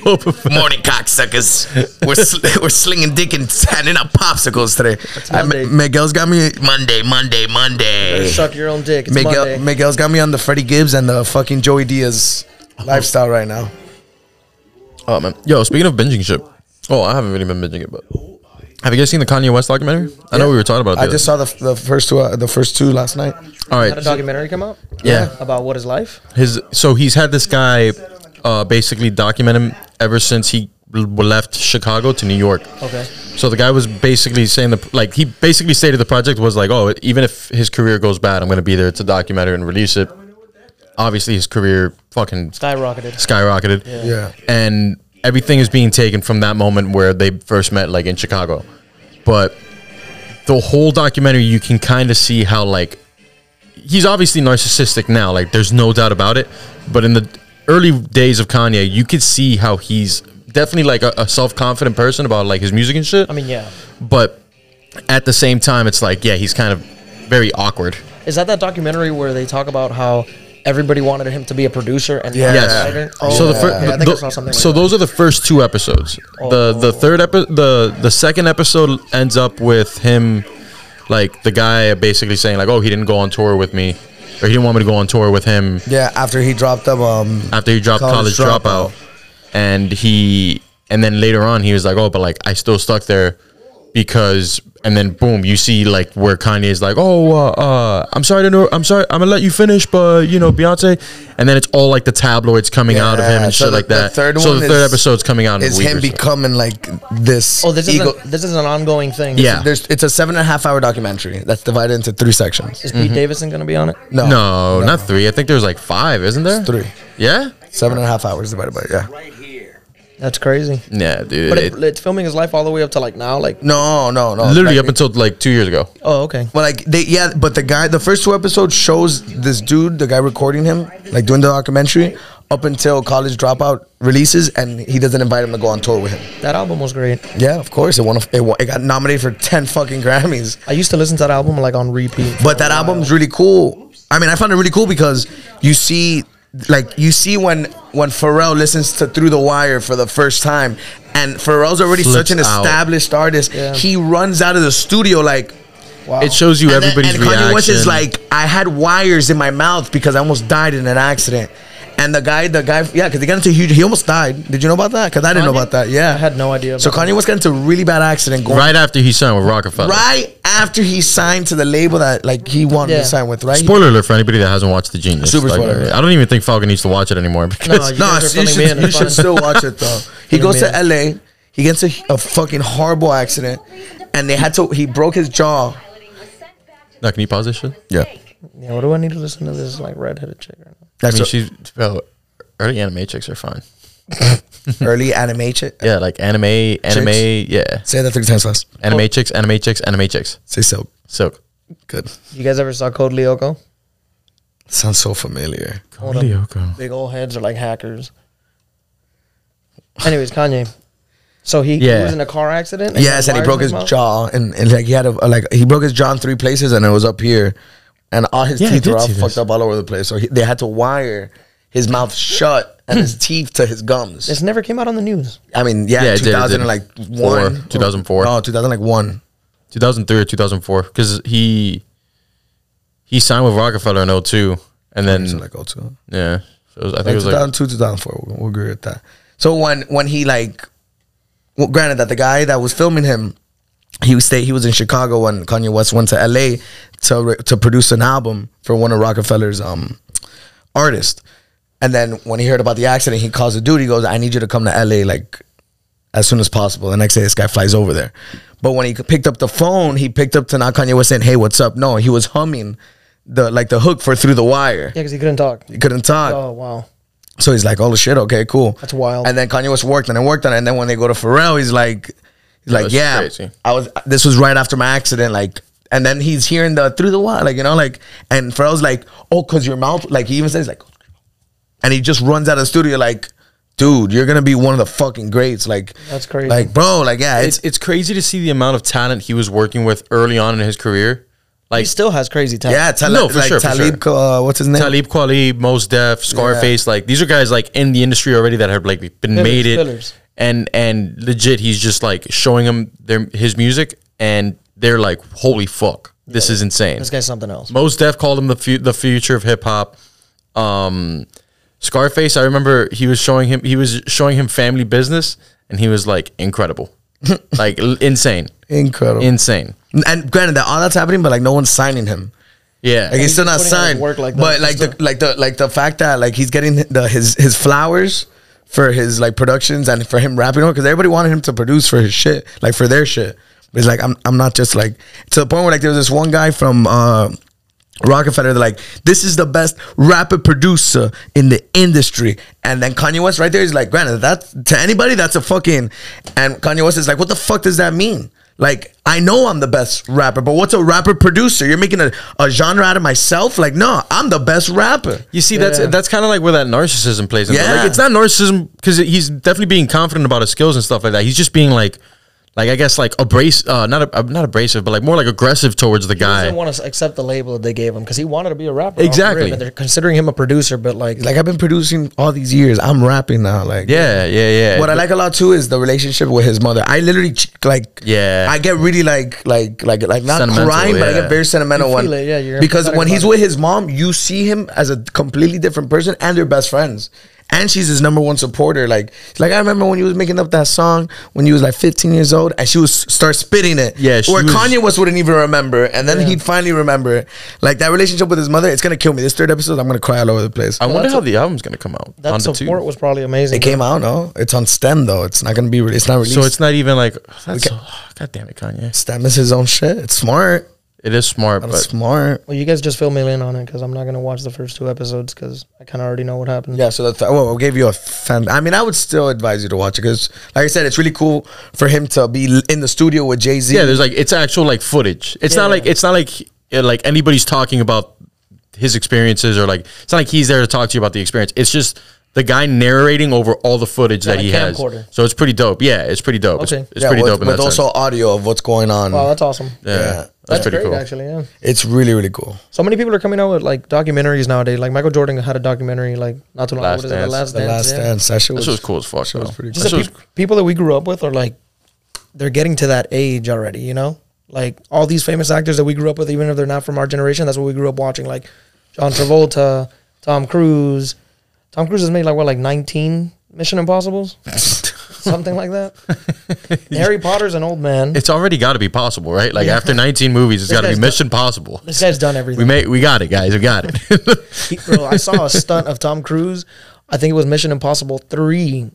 [SPEAKER 3] Boba Fett.
[SPEAKER 4] Morning, cocksuckers. We're sl- we're slinging dick and handing out popsicles today. I,
[SPEAKER 5] Monday.
[SPEAKER 4] Miguel's got me.
[SPEAKER 7] Monday, Monday, Monday.
[SPEAKER 5] Suck your own dick. It's
[SPEAKER 4] Miguel,
[SPEAKER 5] Monday.
[SPEAKER 4] Miguel's got me on the Freddie Gibbs and the fucking Joey Diaz lifestyle right now.
[SPEAKER 3] Oh man. Yo, speaking of binging shit. Oh, I haven't really been binging it, but have you guys seen the Kanye West documentary? I know we were talking about. it the
[SPEAKER 4] I
[SPEAKER 3] other
[SPEAKER 4] just saw the, the first two uh, the first two last night.
[SPEAKER 3] All
[SPEAKER 5] Had a
[SPEAKER 3] right.
[SPEAKER 5] documentary come out.
[SPEAKER 3] Yeah.
[SPEAKER 5] About what is life?
[SPEAKER 3] His so he's had this guy uh, basically document him ever since he l- left Chicago to New York.
[SPEAKER 5] Okay.
[SPEAKER 3] So the guy was basically saying the like he basically stated the project was like, oh, even if his career goes bad, I'm gonna be there to document it and release it. Obviously, his career fucking
[SPEAKER 5] Skyrocketed.
[SPEAKER 3] skyrocketed.
[SPEAKER 4] Yeah.
[SPEAKER 3] And everything is being taken from that moment where they first met, like in Chicago. But the whole documentary, you can kind of see how, like, he's obviously narcissistic now. Like, there's no doubt about it. But in the early days of Kanye, you could see how he's definitely like a, a self confident person about like his music and shit.
[SPEAKER 5] I mean, yeah.
[SPEAKER 3] but at the same time, it's like, yeah, he's kind of very awkward.
[SPEAKER 5] Is that that documentary where they talk about how everybody wanted him to be a producer and not a
[SPEAKER 4] Yes.
[SPEAKER 5] writer?
[SPEAKER 4] Oh,
[SPEAKER 3] so the, fir-
[SPEAKER 5] yeah, I think I saw something.
[SPEAKER 3] so
[SPEAKER 5] like Oh.
[SPEAKER 3] those are the first two episodes. The the third epi- the the second episode ends up with him like the guy basically saying like, "Oh, he didn't go on tour with me." Or he didn't want me to go on tour with him
[SPEAKER 4] Yeah, after he dropped up, um,
[SPEAKER 3] after he dropped college,
[SPEAKER 4] College
[SPEAKER 3] dropout.
[SPEAKER 4] Dropout.
[SPEAKER 3] and he and then later on he was like, "Oh, but like I still stuck there because." And then boom, you see like where Kanye is like, "Oh, uh, uh I'm sorry to know, I'm sorry, I'm gonna let you finish, but you know Beyonce." And then it's all like the tabloids coming out of him
[SPEAKER 4] Yeah,
[SPEAKER 3] and
[SPEAKER 4] so
[SPEAKER 3] shit
[SPEAKER 4] the-
[SPEAKER 3] like
[SPEAKER 4] the
[SPEAKER 3] that.
[SPEAKER 4] third
[SPEAKER 3] so
[SPEAKER 4] one
[SPEAKER 3] the third
[SPEAKER 4] is-
[SPEAKER 3] episode's coming out. in a
[SPEAKER 4] is
[SPEAKER 3] week
[SPEAKER 4] him
[SPEAKER 3] or so.
[SPEAKER 4] becoming like this.
[SPEAKER 5] that. oh, this is
[SPEAKER 4] ego-
[SPEAKER 5] not this is an ongoing thing.
[SPEAKER 3] Yeah.
[SPEAKER 4] There's it's a seven and a half hour documentary that's divided into three sections.
[SPEAKER 5] Is Pete Davidson going to be on it?
[SPEAKER 4] No,
[SPEAKER 3] No, not three. I think there's like five, isn't there?
[SPEAKER 4] three,
[SPEAKER 3] Yeah.
[SPEAKER 4] seven and a half hours divided by yeah.
[SPEAKER 5] That's crazy.
[SPEAKER 3] Yeah, dude.
[SPEAKER 5] But
[SPEAKER 3] it-
[SPEAKER 5] it, it's filming his life all the way up to like now. Like,
[SPEAKER 4] No, no, no.
[SPEAKER 3] literally
[SPEAKER 4] Like,
[SPEAKER 3] up until like two years ago.
[SPEAKER 5] oh, okay.
[SPEAKER 4] Well, like they, yeah, but the guy, the first two episodes shows this dude, the guy recording him, like doing the documentary, up until College Dropout releases, and he doesn't invite him to go on tour with him.
[SPEAKER 5] That album was great.
[SPEAKER 4] Yeah, of course, it won. a- It, won, it got nominated for ten fucking Grammys.
[SPEAKER 5] I used to listen to that album like on repeat.
[SPEAKER 4] But that album's really cool. I mean, I found it really cool because you see, like, you see when when Pharrell listens to Through the Wire for the first time, and Pharrell's already
[SPEAKER 3] Flips
[SPEAKER 4] such an
[SPEAKER 3] out.
[SPEAKER 4] established artist.
[SPEAKER 5] Yeah.
[SPEAKER 4] He runs out of the studio like.
[SPEAKER 3] It shows you
[SPEAKER 4] And then-
[SPEAKER 3] everybody's
[SPEAKER 4] and Kanye West is
[SPEAKER 3] reaction.
[SPEAKER 4] like, I had wires in my mouth because I almost died in an accident. And the guy, the guy, yeah, because they got into a huge. He almost died. Did you know about that? Because I didn't know
[SPEAKER 5] Kanye?
[SPEAKER 4] about that. Yeah,
[SPEAKER 5] I had no idea
[SPEAKER 4] So
[SPEAKER 5] about
[SPEAKER 4] Kanye West got into a really bad accident going
[SPEAKER 3] right after he signed with Rockefeller.
[SPEAKER 4] right after he signed to the label that like he wanted
[SPEAKER 5] Yeah.
[SPEAKER 4] to sign with, right?
[SPEAKER 3] Spoiler alert for anybody that hasn't watched The Genius.
[SPEAKER 4] Super spoiler.
[SPEAKER 3] I don't even think Falcon needs to watch it anymore. Because
[SPEAKER 5] you
[SPEAKER 4] no,
[SPEAKER 5] guys are
[SPEAKER 4] you
[SPEAKER 5] filling me in,
[SPEAKER 4] should, you
[SPEAKER 5] it's fine.
[SPEAKER 4] should still watch it though. He
[SPEAKER 5] Filling
[SPEAKER 4] goes
[SPEAKER 5] me
[SPEAKER 4] to LA, he gets a, a fucking horrible accident, and they had to. He broke his jaw.
[SPEAKER 3] Now, can you pause this shit?
[SPEAKER 4] Yeah,
[SPEAKER 5] Yeah, what do I need to listen to this like redheaded chick right now?
[SPEAKER 3] I
[SPEAKER 4] that's
[SPEAKER 3] mean,
[SPEAKER 4] what,
[SPEAKER 3] she's. Bro, early anime chicks are fine.
[SPEAKER 4] Early anime chick.
[SPEAKER 3] Yeah, like anime, anime, yeah,
[SPEAKER 4] Say that three times fast.
[SPEAKER 3] anime chicks, anime chicks, anime chicks.
[SPEAKER 4] Say silk.
[SPEAKER 3] Silk.
[SPEAKER 4] Good.
[SPEAKER 5] You guys ever saw Code Lyoko?
[SPEAKER 4] Sounds so familiar.
[SPEAKER 5] Hold on. Big old heads are like hackers. Anyways, Kanye. So he, he
[SPEAKER 3] Yeah.
[SPEAKER 5] was in a car accident.
[SPEAKER 4] Yes, and he
[SPEAKER 5] wires
[SPEAKER 4] broke his
[SPEAKER 5] came out?
[SPEAKER 4] jaw, and, and like he had a like he broke his jaw in three places, and it was up here, and all his
[SPEAKER 3] Yeah, I
[SPEAKER 4] teeth
[SPEAKER 3] did
[SPEAKER 4] were all
[SPEAKER 3] see this.
[SPEAKER 4] fucked up all over the place. So he, they had to wire his mouth shut and his teeth to his gums.
[SPEAKER 5] This never came out on the news.
[SPEAKER 4] I mean, yeah,
[SPEAKER 3] Yeah, it did, it did.
[SPEAKER 4] 2000 and like one,
[SPEAKER 3] Four, 2004.
[SPEAKER 4] no, 2000 like one.
[SPEAKER 3] 2003 or 2004 because he he signed with Rockefeller in 02 and then
[SPEAKER 4] So like oh two,
[SPEAKER 3] yeah so it was- I think
[SPEAKER 4] like
[SPEAKER 3] it was like
[SPEAKER 4] 2002, 2004. We'll, we'll agree with that. So when when he like, well, granted that the guy that was filming him, he was stay he was in Chicago when Kanye West went to L.A. to re- to produce an album for one of Rockefeller's um artists, and then when he heard about the accident, he calls the dude. He goes, "I need you to come to L.A. like as soon as possible. The next day, this guy flies over there. But when he picked up the phone, he picked up to not Kanye was saying, "Hey, what's up?" No, he was humming the like the hook for "Through the Wire."
[SPEAKER 5] Yeah, because he couldn't talk.
[SPEAKER 4] He couldn't talk,
[SPEAKER 5] Oh wow.
[SPEAKER 4] so he's like, "Oh shit, okay, cool."
[SPEAKER 5] That's wild.
[SPEAKER 4] And then Kanye was worked on it, worked on it, and then when they go to Pharrell, he's like, he's like,
[SPEAKER 3] that's
[SPEAKER 4] "Yeah,
[SPEAKER 3] crazy.
[SPEAKER 4] I was. This was right after my accident, like." And then he's hearing the through the wire, like you know, like and Pharrell's like, "Oh, cause your mouth," like he even says, like, and he just runs out of the studio, like, "Dude, you're gonna be one of the fucking greats." Like,
[SPEAKER 5] That's crazy.
[SPEAKER 4] Like, bro, like, yeah, it's
[SPEAKER 3] it's it's crazy to see the amount of talent he was working with early on in his career
[SPEAKER 5] He
[SPEAKER 3] like
[SPEAKER 5] still has crazy talent.
[SPEAKER 4] Yeah, Talib,
[SPEAKER 3] No, for
[SPEAKER 4] like
[SPEAKER 3] sure, for
[SPEAKER 4] Talib, uh, what's his name?
[SPEAKER 3] Talib Kweli, Mos Def, Scarface like these are guys like in the industry already that have like been made it
[SPEAKER 5] fillers.
[SPEAKER 3] and and legit he's just like showing them their his music and they're like holy fuck this is insane
[SPEAKER 5] This guy's something else.
[SPEAKER 3] Most Def called him the fu- the future of hip hop. Um, Scarface, I remember he was showing him he was showing him Family Business, and he was like incredible, like l- insane,
[SPEAKER 4] Incredible.
[SPEAKER 3] insane.
[SPEAKER 4] and granted that all that's happening, but like no one's signing him.
[SPEAKER 3] Yeah,
[SPEAKER 4] Like he's still not
[SPEAKER 5] putting in
[SPEAKER 4] signed.
[SPEAKER 5] work like that.
[SPEAKER 4] but like the like the like the fact that like he's getting the his his flowers for his like productions and for him rapping on because everybody wanted him to produce for his shit, like for their shit. But he's like, I'm I'm not just like to the point where like there was this one guy from uh Rockefeller, they're like, this is the best rapper producer in the industry. And then Kanye West right there is like, granted, that's to anybody, that's a fucking. And Kanye West is like, what the fuck does that mean? Like, I know I'm the best rapper, but what's a rapper producer? You're making a, a genre out of myself? Like, no, I'm the best rapper.
[SPEAKER 3] you see that's
[SPEAKER 5] Yeah.
[SPEAKER 3] that's kind of like where that narcissism plays. Into.
[SPEAKER 4] Yeah.
[SPEAKER 3] like, it's not narcissism because he's definitely being confident about his skills and stuff like that. He's just being like. Like I guess like abrasive, uh, not ab- not abrasive, but like more like aggressive towards the
[SPEAKER 5] He
[SPEAKER 3] guy.
[SPEAKER 5] didn't want to accept the label that they gave him because he wanted to be a rapper. off the
[SPEAKER 3] Exactly.
[SPEAKER 5] rip, and they're considering him a producer, but like,
[SPEAKER 4] Like, I've been producing all these years. I'm rapping now. Like,
[SPEAKER 3] yeah, yeah, yeah.
[SPEAKER 4] What I like a lot too is the relationship with his mother. I literally ch- like
[SPEAKER 3] Yeah.
[SPEAKER 4] I get really like like like like not
[SPEAKER 3] Sentimental,
[SPEAKER 4] crying, but I
[SPEAKER 3] yeah.
[SPEAKER 4] get very sentimental
[SPEAKER 5] You
[SPEAKER 4] when
[SPEAKER 5] feel it, yeah, you're
[SPEAKER 4] because
[SPEAKER 5] empathetic
[SPEAKER 4] when he's
[SPEAKER 5] about
[SPEAKER 4] with his mom, you see him as a completely different person, and they're best friends. And she's his number one supporter. Like, like I remember when you was making up that song when you was like 15 years old, and she was start spitting it.
[SPEAKER 3] Yeah, she
[SPEAKER 4] where
[SPEAKER 3] was-
[SPEAKER 4] Kanye West wouldn't even remember, and then he'd finally remember. it. Like that relationship with his mother, it's gonna kill me. This third episode, I'm gonna cry all over the place.
[SPEAKER 3] I wonder how the album's gonna come out.
[SPEAKER 5] that
[SPEAKER 3] on the two.
[SPEAKER 5] support was probably amazing.
[SPEAKER 4] it came out, no? It's on STEM though. It's not gonna be. Re- it's not released.
[SPEAKER 3] So it's not even like that's God damn it, Kanye.
[SPEAKER 4] STEM is his own shit. It's smart.
[SPEAKER 3] It is smart,
[SPEAKER 4] It's
[SPEAKER 3] but
[SPEAKER 4] smart.
[SPEAKER 5] Well, you guys just fill me in on it because I'm not gonna watch the first two episodes because I kind of already know what happened.
[SPEAKER 4] Yeah, so that's well, I'll give you a fan. I mean, I would still advise you to watch it because, like I said, it's really cool for him to be l- in the studio with Jay Z.
[SPEAKER 3] yeah, there's like it's actual like footage. It's not like it's not like uh, like anybody's talking about his experiences or like it's not like he's there to talk to you about the experience. It's just the guy narrating over all the footage that
[SPEAKER 5] like
[SPEAKER 3] he has.
[SPEAKER 5] camcorder.
[SPEAKER 3] So it's pretty dope. Yeah, it's pretty dope.
[SPEAKER 5] Okay.
[SPEAKER 3] It's, it's pretty
[SPEAKER 4] with,
[SPEAKER 3] dope in
[SPEAKER 4] with
[SPEAKER 3] that
[SPEAKER 4] also
[SPEAKER 3] sense.
[SPEAKER 4] audio of what's going on.
[SPEAKER 5] Wow, Oh, that's awesome.
[SPEAKER 3] Yeah, that's,
[SPEAKER 5] That's
[SPEAKER 3] pretty
[SPEAKER 5] great,
[SPEAKER 3] cool.
[SPEAKER 5] actually. Yeah.
[SPEAKER 4] it's really really cool.
[SPEAKER 5] So many people are coming out with like documentaries nowadays. Like Michael Jordan had a documentary like not too long
[SPEAKER 3] Last
[SPEAKER 5] ago. What is it? The
[SPEAKER 3] Dance.
[SPEAKER 5] last
[SPEAKER 4] The
[SPEAKER 5] dance.
[SPEAKER 4] last
[SPEAKER 5] yeah.
[SPEAKER 4] dance that shit
[SPEAKER 3] That
[SPEAKER 4] was,
[SPEAKER 3] shit was cool as fuck.
[SPEAKER 4] That
[SPEAKER 3] though.
[SPEAKER 4] was pretty
[SPEAKER 5] Just
[SPEAKER 3] That
[SPEAKER 5] the
[SPEAKER 3] shit
[SPEAKER 5] peop people that we grew up with are like they're getting to that age already. You know, like all these famous actors that we grew up with, even if they're not from our generation, that's what we grew up watching. Like John Travolta, Tom Cruise. Tom Cruise has made like what, like nineteen Mission Impossible's, something like that. Harry Potter's an old man.
[SPEAKER 3] it's already got to be possible, right? Like after 19 movies, it's got to
[SPEAKER 5] guy's
[SPEAKER 3] be
[SPEAKER 5] done-
[SPEAKER 3] Mission Possible.
[SPEAKER 5] This guy's done
[SPEAKER 3] We
[SPEAKER 5] everything.
[SPEAKER 3] may we got it, guys. We got it.
[SPEAKER 5] He- bro, I saw a stunt of Tom Cruise. I think it was Mission Impossible three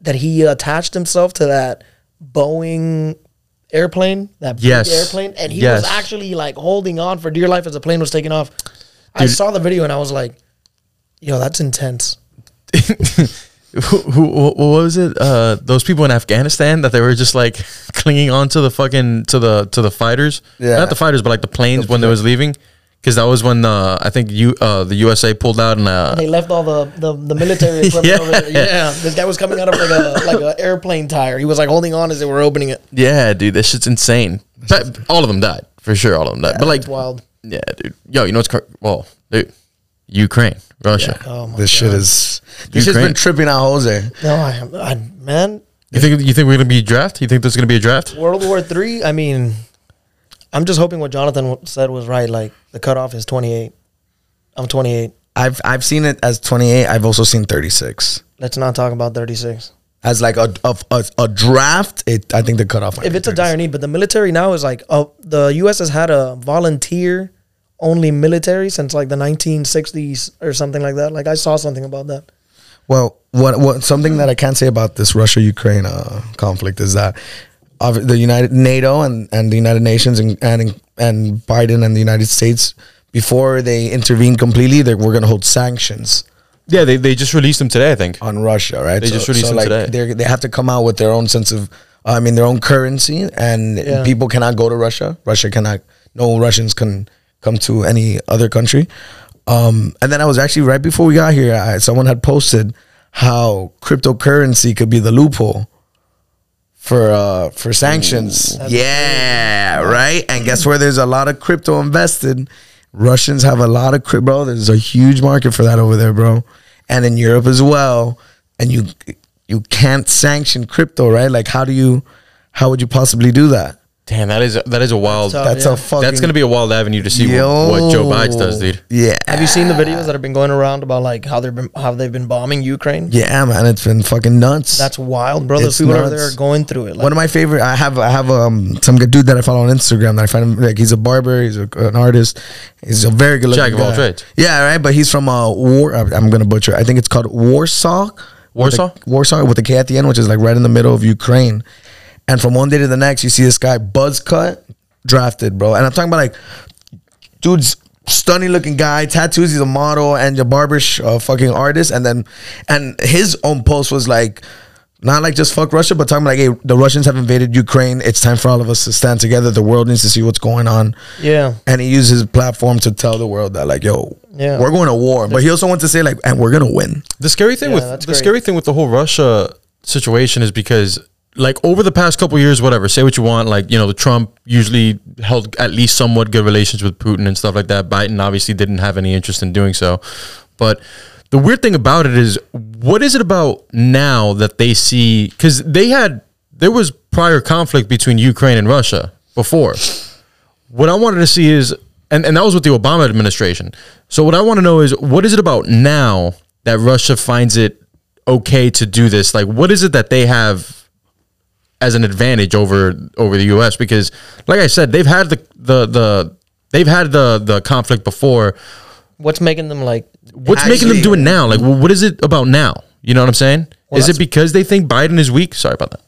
[SPEAKER 5] that he attached himself to that Boeing airplane, that big
[SPEAKER 3] Yes.
[SPEAKER 5] airplane, and he
[SPEAKER 3] Yes.
[SPEAKER 5] was actually like holding on for dear life as the plane was taking off. I saw the video and I was like, "Yo, that's intense."
[SPEAKER 3] who, who, what was it? Uh, those people in Afghanistan that they were just like clinging on to the fucking to the to the fighters.
[SPEAKER 4] Yeah.
[SPEAKER 3] not the fighters, but like the planes when they was leaving. Because that was when uh, I think you uh, the USA pulled out and uh,
[SPEAKER 5] They left all the, the, the military equipment
[SPEAKER 3] Yeah.
[SPEAKER 5] over there. Yeah, this guy was coming out of like a like an airplane tire. He was like holding on as they were opening it.
[SPEAKER 3] yeah, dude, that shit's insane. But all of them died for sure. All of them died. but like,
[SPEAKER 5] It's wild.
[SPEAKER 3] yeah, dude. Yo, you know what's car- well, dude, Ukraine, Russia.
[SPEAKER 5] Oh my!
[SPEAKER 4] This shit is. This shit's
[SPEAKER 3] Ukraine.
[SPEAKER 4] been tripping out Jose.
[SPEAKER 5] No, I, I man,
[SPEAKER 3] You think you think we're gonna be a draft? You think there's gonna be a draft?
[SPEAKER 5] World War Three. I mean, I'm just hoping what Jonathan w- said was right. Like the cutoff is 28. I'm 28.
[SPEAKER 4] I've I've seen it as 28. I've also seen 36.
[SPEAKER 5] Let's not talk about 36.
[SPEAKER 4] As like a a, a, a draft, it I think the cutoff. might
[SPEAKER 5] If
[SPEAKER 4] be
[SPEAKER 5] it's a
[SPEAKER 4] 36.
[SPEAKER 5] dire need, but the military now is like, oh, the U.S. has had a volunteer only military since like the 1960s or something like that. Like I saw something about that.
[SPEAKER 4] Well, what what something that I can say about this Russia Ukraine uh, conflict is that of the United NATO and, and the United Nations and, and and Biden and the United States before they intervene completely, they were going to hold sanctions
[SPEAKER 3] Yeah, they, they just released them today, I think.
[SPEAKER 4] on Russia, right?
[SPEAKER 3] They just released them
[SPEAKER 4] like,
[SPEAKER 3] today.
[SPEAKER 4] They they have to come out with their own sense of, I mean, their own currency, and
[SPEAKER 5] Yeah.
[SPEAKER 4] people cannot go to Russia. Russia cannot. No Russians can come to any other country. Um, and then I was actually right before we got here, I, someone had posted how cryptocurrency could be the loophole for uh, for sanctions. yeah, right. And guess where? There's a lot of crypto invested. Russians have a lot of crypto, bro. There's a huge market for that over there, bro, and in Europe as well. And you you can't sanction crypto, right? Like, how do you? How would you possibly do that?
[SPEAKER 3] Damn, that is that is a wild.
[SPEAKER 5] tough.
[SPEAKER 4] That's
[SPEAKER 5] Oh, Yeah.
[SPEAKER 4] a fucking.
[SPEAKER 3] That's gonna be a wild avenue to see what, what Joe Biden does, dude.
[SPEAKER 4] Yeah,
[SPEAKER 5] Have you seen the videos that have been going around about like how they've been how they've been bombing Ukraine?
[SPEAKER 4] yeah, man, it's been fucking nuts.
[SPEAKER 5] That's wild, bro. Those
[SPEAKER 4] It's
[SPEAKER 5] people over there
[SPEAKER 4] nuts.
[SPEAKER 5] are going through it. Like,
[SPEAKER 4] one of my favorite. I have I have um some good dude that I follow on Instagram that I find him like he's a barber, he's a, an artist, he's a very good looking
[SPEAKER 3] Jack of all
[SPEAKER 4] guy.
[SPEAKER 3] trades.
[SPEAKER 4] Yeah, right. But he's from uh war. I'm gonna butcher. it. I think it's called Warsaw.
[SPEAKER 3] Warsaw?
[SPEAKER 4] With a, Warsaw with a K at the end, which is like right in the middle of Ukraine. And from one day to the next, you see this guy buzz cut, drafted, bro. And I'm talking about like dude's stunning looking guy, tattoos. He's a model and a barbersh uh, fucking artist. And then, and his own post was like, not like just fuck Russia, but talking like, hey, the Russians have invaded Ukraine. It's time for all of us to stand together. The world needs to see what's going on.
[SPEAKER 5] yeah,
[SPEAKER 4] And he used his platform to tell the world that, like, yo,
[SPEAKER 5] Yeah.
[SPEAKER 4] we're going to war. But he also wants to say, like, and we're gonna win.
[SPEAKER 3] The scary thing
[SPEAKER 5] Yeah,
[SPEAKER 3] with
[SPEAKER 5] that's
[SPEAKER 3] the
[SPEAKER 5] great.
[SPEAKER 3] scary thing with the whole Russia situation is because like over the past couple years, whatever, say what you want, like you know, the Trump usually held at least somewhat good relations with Putin and stuff like that. Biden obviously didn't have any interest in doing so, but. The weird thing about it is, what is it about now that they see? Because they had, there was prior conflict between Ukraine and Russia before. what I wanted to see is, and, and that was with the Obama administration. So what I want to know is, what is it about now that Russia finds it okay to do this? Like, what is it that they have as an advantage over over the U.S. Because, like I said, they've had the the the they've had the the conflict before.
[SPEAKER 5] what's making them like?
[SPEAKER 3] What's making them
[SPEAKER 4] Actually-
[SPEAKER 3] do it now? Like, wh- what is it about now? You know what I'm saying? is it
[SPEAKER 5] that's-
[SPEAKER 3] because they think Biden is weak? Sorry about that.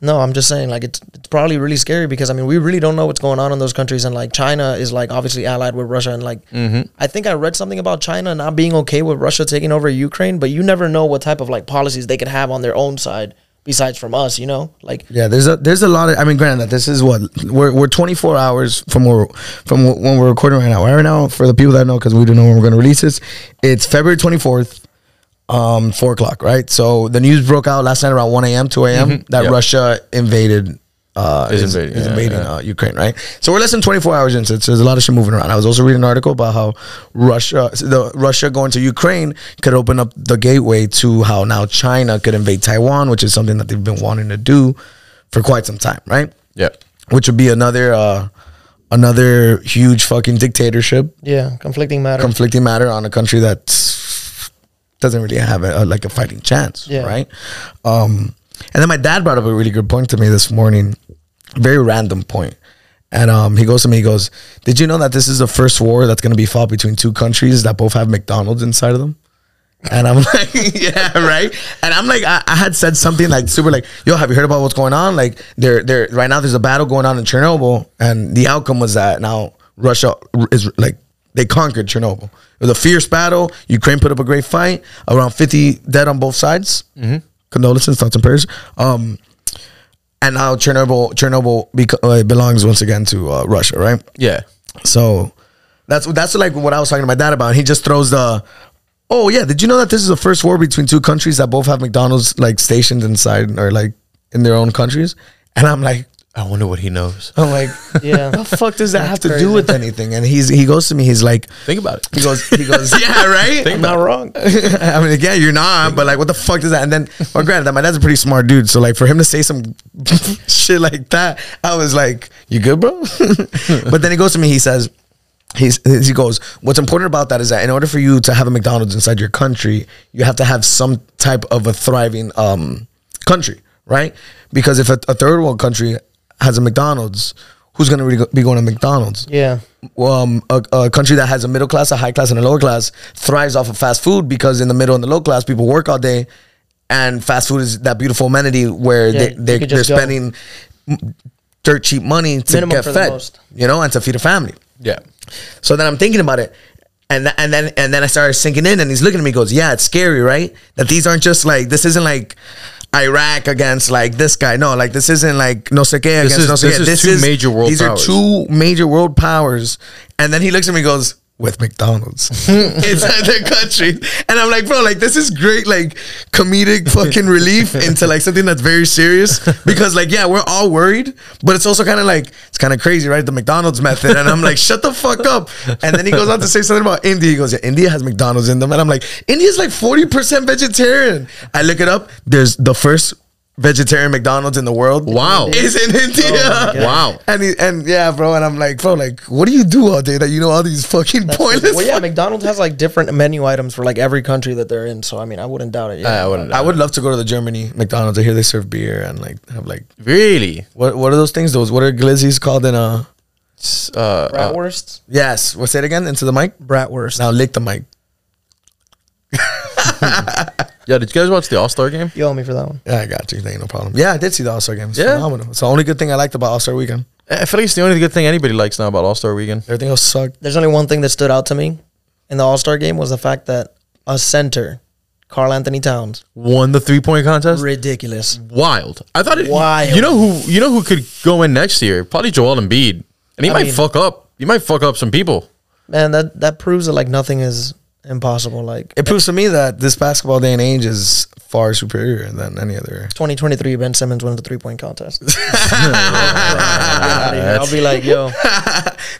[SPEAKER 5] No, I'm just saying like it's it's probably really scary because I mean we really don't know what's going on in those countries and like China is like obviously allied with Russia and like
[SPEAKER 3] Mm-hmm.
[SPEAKER 5] I think I read something about China not being okay with Russia taking over Ukraine, but you never know what type of like policies they could have on their own side besides from us, you know? Like
[SPEAKER 4] Yeah, there's a there's a lot of. I mean, granted, that this is what we're we're 24 hours from where, from wh- when we're recording right now. Right now, for the people that know, because we don't know when we're going to release this, it's February 24th, um, four o'clock, right? So the news broke out last night around 1 a.m., 2 a.m. that
[SPEAKER 3] Yep.
[SPEAKER 4] Russia invaded. Uh,
[SPEAKER 3] Is
[SPEAKER 4] Mm-hmm. is, is invading,
[SPEAKER 3] invading, yeah, yeah.
[SPEAKER 4] Uh, Ukraine, right? So we're less than 24 hours into it. So there's a lot of shit moving around. I was also reading an article about how Russia, the Russia going to Ukraine, could open up the gateway to how now China could invade Taiwan, which is something that they've been wanting to do for quite some time, right?
[SPEAKER 3] Yeah.
[SPEAKER 4] Which would be another, uh, another huge fucking dictatorship,
[SPEAKER 5] yeah, conflicting matter.
[SPEAKER 4] conflicting matter on a country that doesn't really have a, a- like a fighting chance,
[SPEAKER 5] Yeah.
[SPEAKER 4] right? Um, and then my dad brought up a really good point to me this morning, very random point. And um, he goes to me, he goes, "Did you know that this is the first war that's going to be fought between two countries that both have McDonald's inside of them?" And I'm like, yeah, right. And I'm like, I, I had said something like super, like, yo, have you heard about what's going on? Like, there, there, right now, there's a battle going on in Chernobyl, and the outcome was that now Russia is like They conquered Chernobyl. It was a fierce battle. Ukraine put up a great fight. Around 50 dead on both sides. Condolences, thoughts and prayers. Um, and now Chernobyl, Chernobyl beco- uh, belongs once again to uh, Russia, right?
[SPEAKER 3] Yeah.
[SPEAKER 4] So that's that's like what I was talking to my dad about. He just throws the oh yeah, did you know that this is the first war between two countries that both have McDonald's like stationed inside or like in their own countries? And I'm like
[SPEAKER 3] I wonder what he knows.
[SPEAKER 4] I'm like
[SPEAKER 5] Yeah.
[SPEAKER 4] the fuck does that have to
[SPEAKER 5] crazy.
[SPEAKER 4] do with anything? And he's he goes to me, he's like
[SPEAKER 3] Think about it.
[SPEAKER 4] he goes he goes yeah right
[SPEAKER 3] Think about it.
[SPEAKER 4] wrong. I mean, again, you're not, but like, what the fuck does that? And then, well, granted, that my dad's a pretty smart dude, so like, for him to say some shit like that, I was like, "You good, bro?" but then he goes to me, he says, he's, he goes, "What's important about that is that in order for you to have a McDonald's inside your country, you have to have some type of a thriving um country, right? Because if a, a third world country has a McDonald's." Who's gonna re- be going to McDonald's?
[SPEAKER 5] Yeah.
[SPEAKER 4] um, a, a country that has a middle class, a high class, and a lower class thrives off of fast food because in the middle and the low class, people work all day, and fast food is that beautiful amenity where
[SPEAKER 5] Yeah,
[SPEAKER 4] they,
[SPEAKER 5] you
[SPEAKER 4] they
[SPEAKER 5] could
[SPEAKER 4] they're
[SPEAKER 5] just go.
[SPEAKER 4] spending m- dirt cheap money to
[SPEAKER 5] Minimum
[SPEAKER 4] get
[SPEAKER 5] for the
[SPEAKER 4] fed,
[SPEAKER 5] most.
[SPEAKER 4] you know, and to feed a family.
[SPEAKER 3] Yeah.
[SPEAKER 4] So then I'm thinking about it, and th- and then and then I started sinking in, and he's looking at me, goes, "Yeah, it's scary, right? That these aren't just like this isn't like." Iraq against like this guy. No, like this isn't like no sé qué against
[SPEAKER 3] is-
[SPEAKER 4] no sé
[SPEAKER 3] this
[SPEAKER 4] qué.
[SPEAKER 3] is two major world
[SPEAKER 4] These
[SPEAKER 3] powers.
[SPEAKER 4] are two major world powers. And then he looks at me and goes, with McDonald's inside their country. And I'm like, bro, like this is great, like comedic fucking relief into like something that's very serious. Because like, yeah, we're all worried, but it's also kind of like it's kind of crazy, right? The McDonald's method. And I'm like, shut the fuck up. And then he goes on to say something about India. He goes, Yeah, India has McDonald's in them. And I'm like, India's like 40% vegetarian. I look it up. There's the first vegetarian McDonald's in the world.
[SPEAKER 3] Wow.
[SPEAKER 4] Is in India.
[SPEAKER 3] Wow.
[SPEAKER 4] And he, and yeah, bro. And I'm like, bro, like, what do you do all day that you know all these fucking pointless?
[SPEAKER 5] Well, yeah,
[SPEAKER 4] fuck-
[SPEAKER 5] McDonald's has like different menu items for like every country that they're in. So I mean, I wouldn't doubt it. Yeah.
[SPEAKER 3] I wouldn't.
[SPEAKER 4] I would love to go to the Germany McDonald's. I hear they serve beer and like have like
[SPEAKER 3] really.
[SPEAKER 4] what what are those things? Those what are glizzies called in uh
[SPEAKER 3] S- Uh, uh,
[SPEAKER 5] Bratwurst.
[SPEAKER 4] yes. What's it again? Into the mic.
[SPEAKER 5] Bratwurst.
[SPEAKER 4] Now lick the mic.
[SPEAKER 3] yeah. Did you guys watch the All Star game?
[SPEAKER 5] You owe me for that one.
[SPEAKER 4] Yeah, I got you. That ain't no problem. Yeah, I did see the All Star game. It's
[SPEAKER 3] Yeah.
[SPEAKER 4] phenomenal. It's the only good thing I liked about All Star weekend.
[SPEAKER 3] I feel like it's the only good thing anybody likes now about All Star Weekend.
[SPEAKER 4] Everything else sucked.
[SPEAKER 5] There's only one thing that stood out to me in the All Star game was the fact that a center, Carl Anthony Towns,
[SPEAKER 3] Won the three point contest.
[SPEAKER 5] ridiculous.
[SPEAKER 3] Wild. I thought it.
[SPEAKER 5] Wild.
[SPEAKER 3] You know who? You know who could go in next year? Probably Joel Embiid, and he
[SPEAKER 5] I
[SPEAKER 3] might
[SPEAKER 5] mean-
[SPEAKER 3] fuck up. He might fuck up some people.
[SPEAKER 5] Man, that that proves that like nothing is impossible. Like
[SPEAKER 4] It proves to me that this basketball day and age is far superior than any other.
[SPEAKER 5] 2023, Ben Simmons wins the three point contest. I'll be like, yo,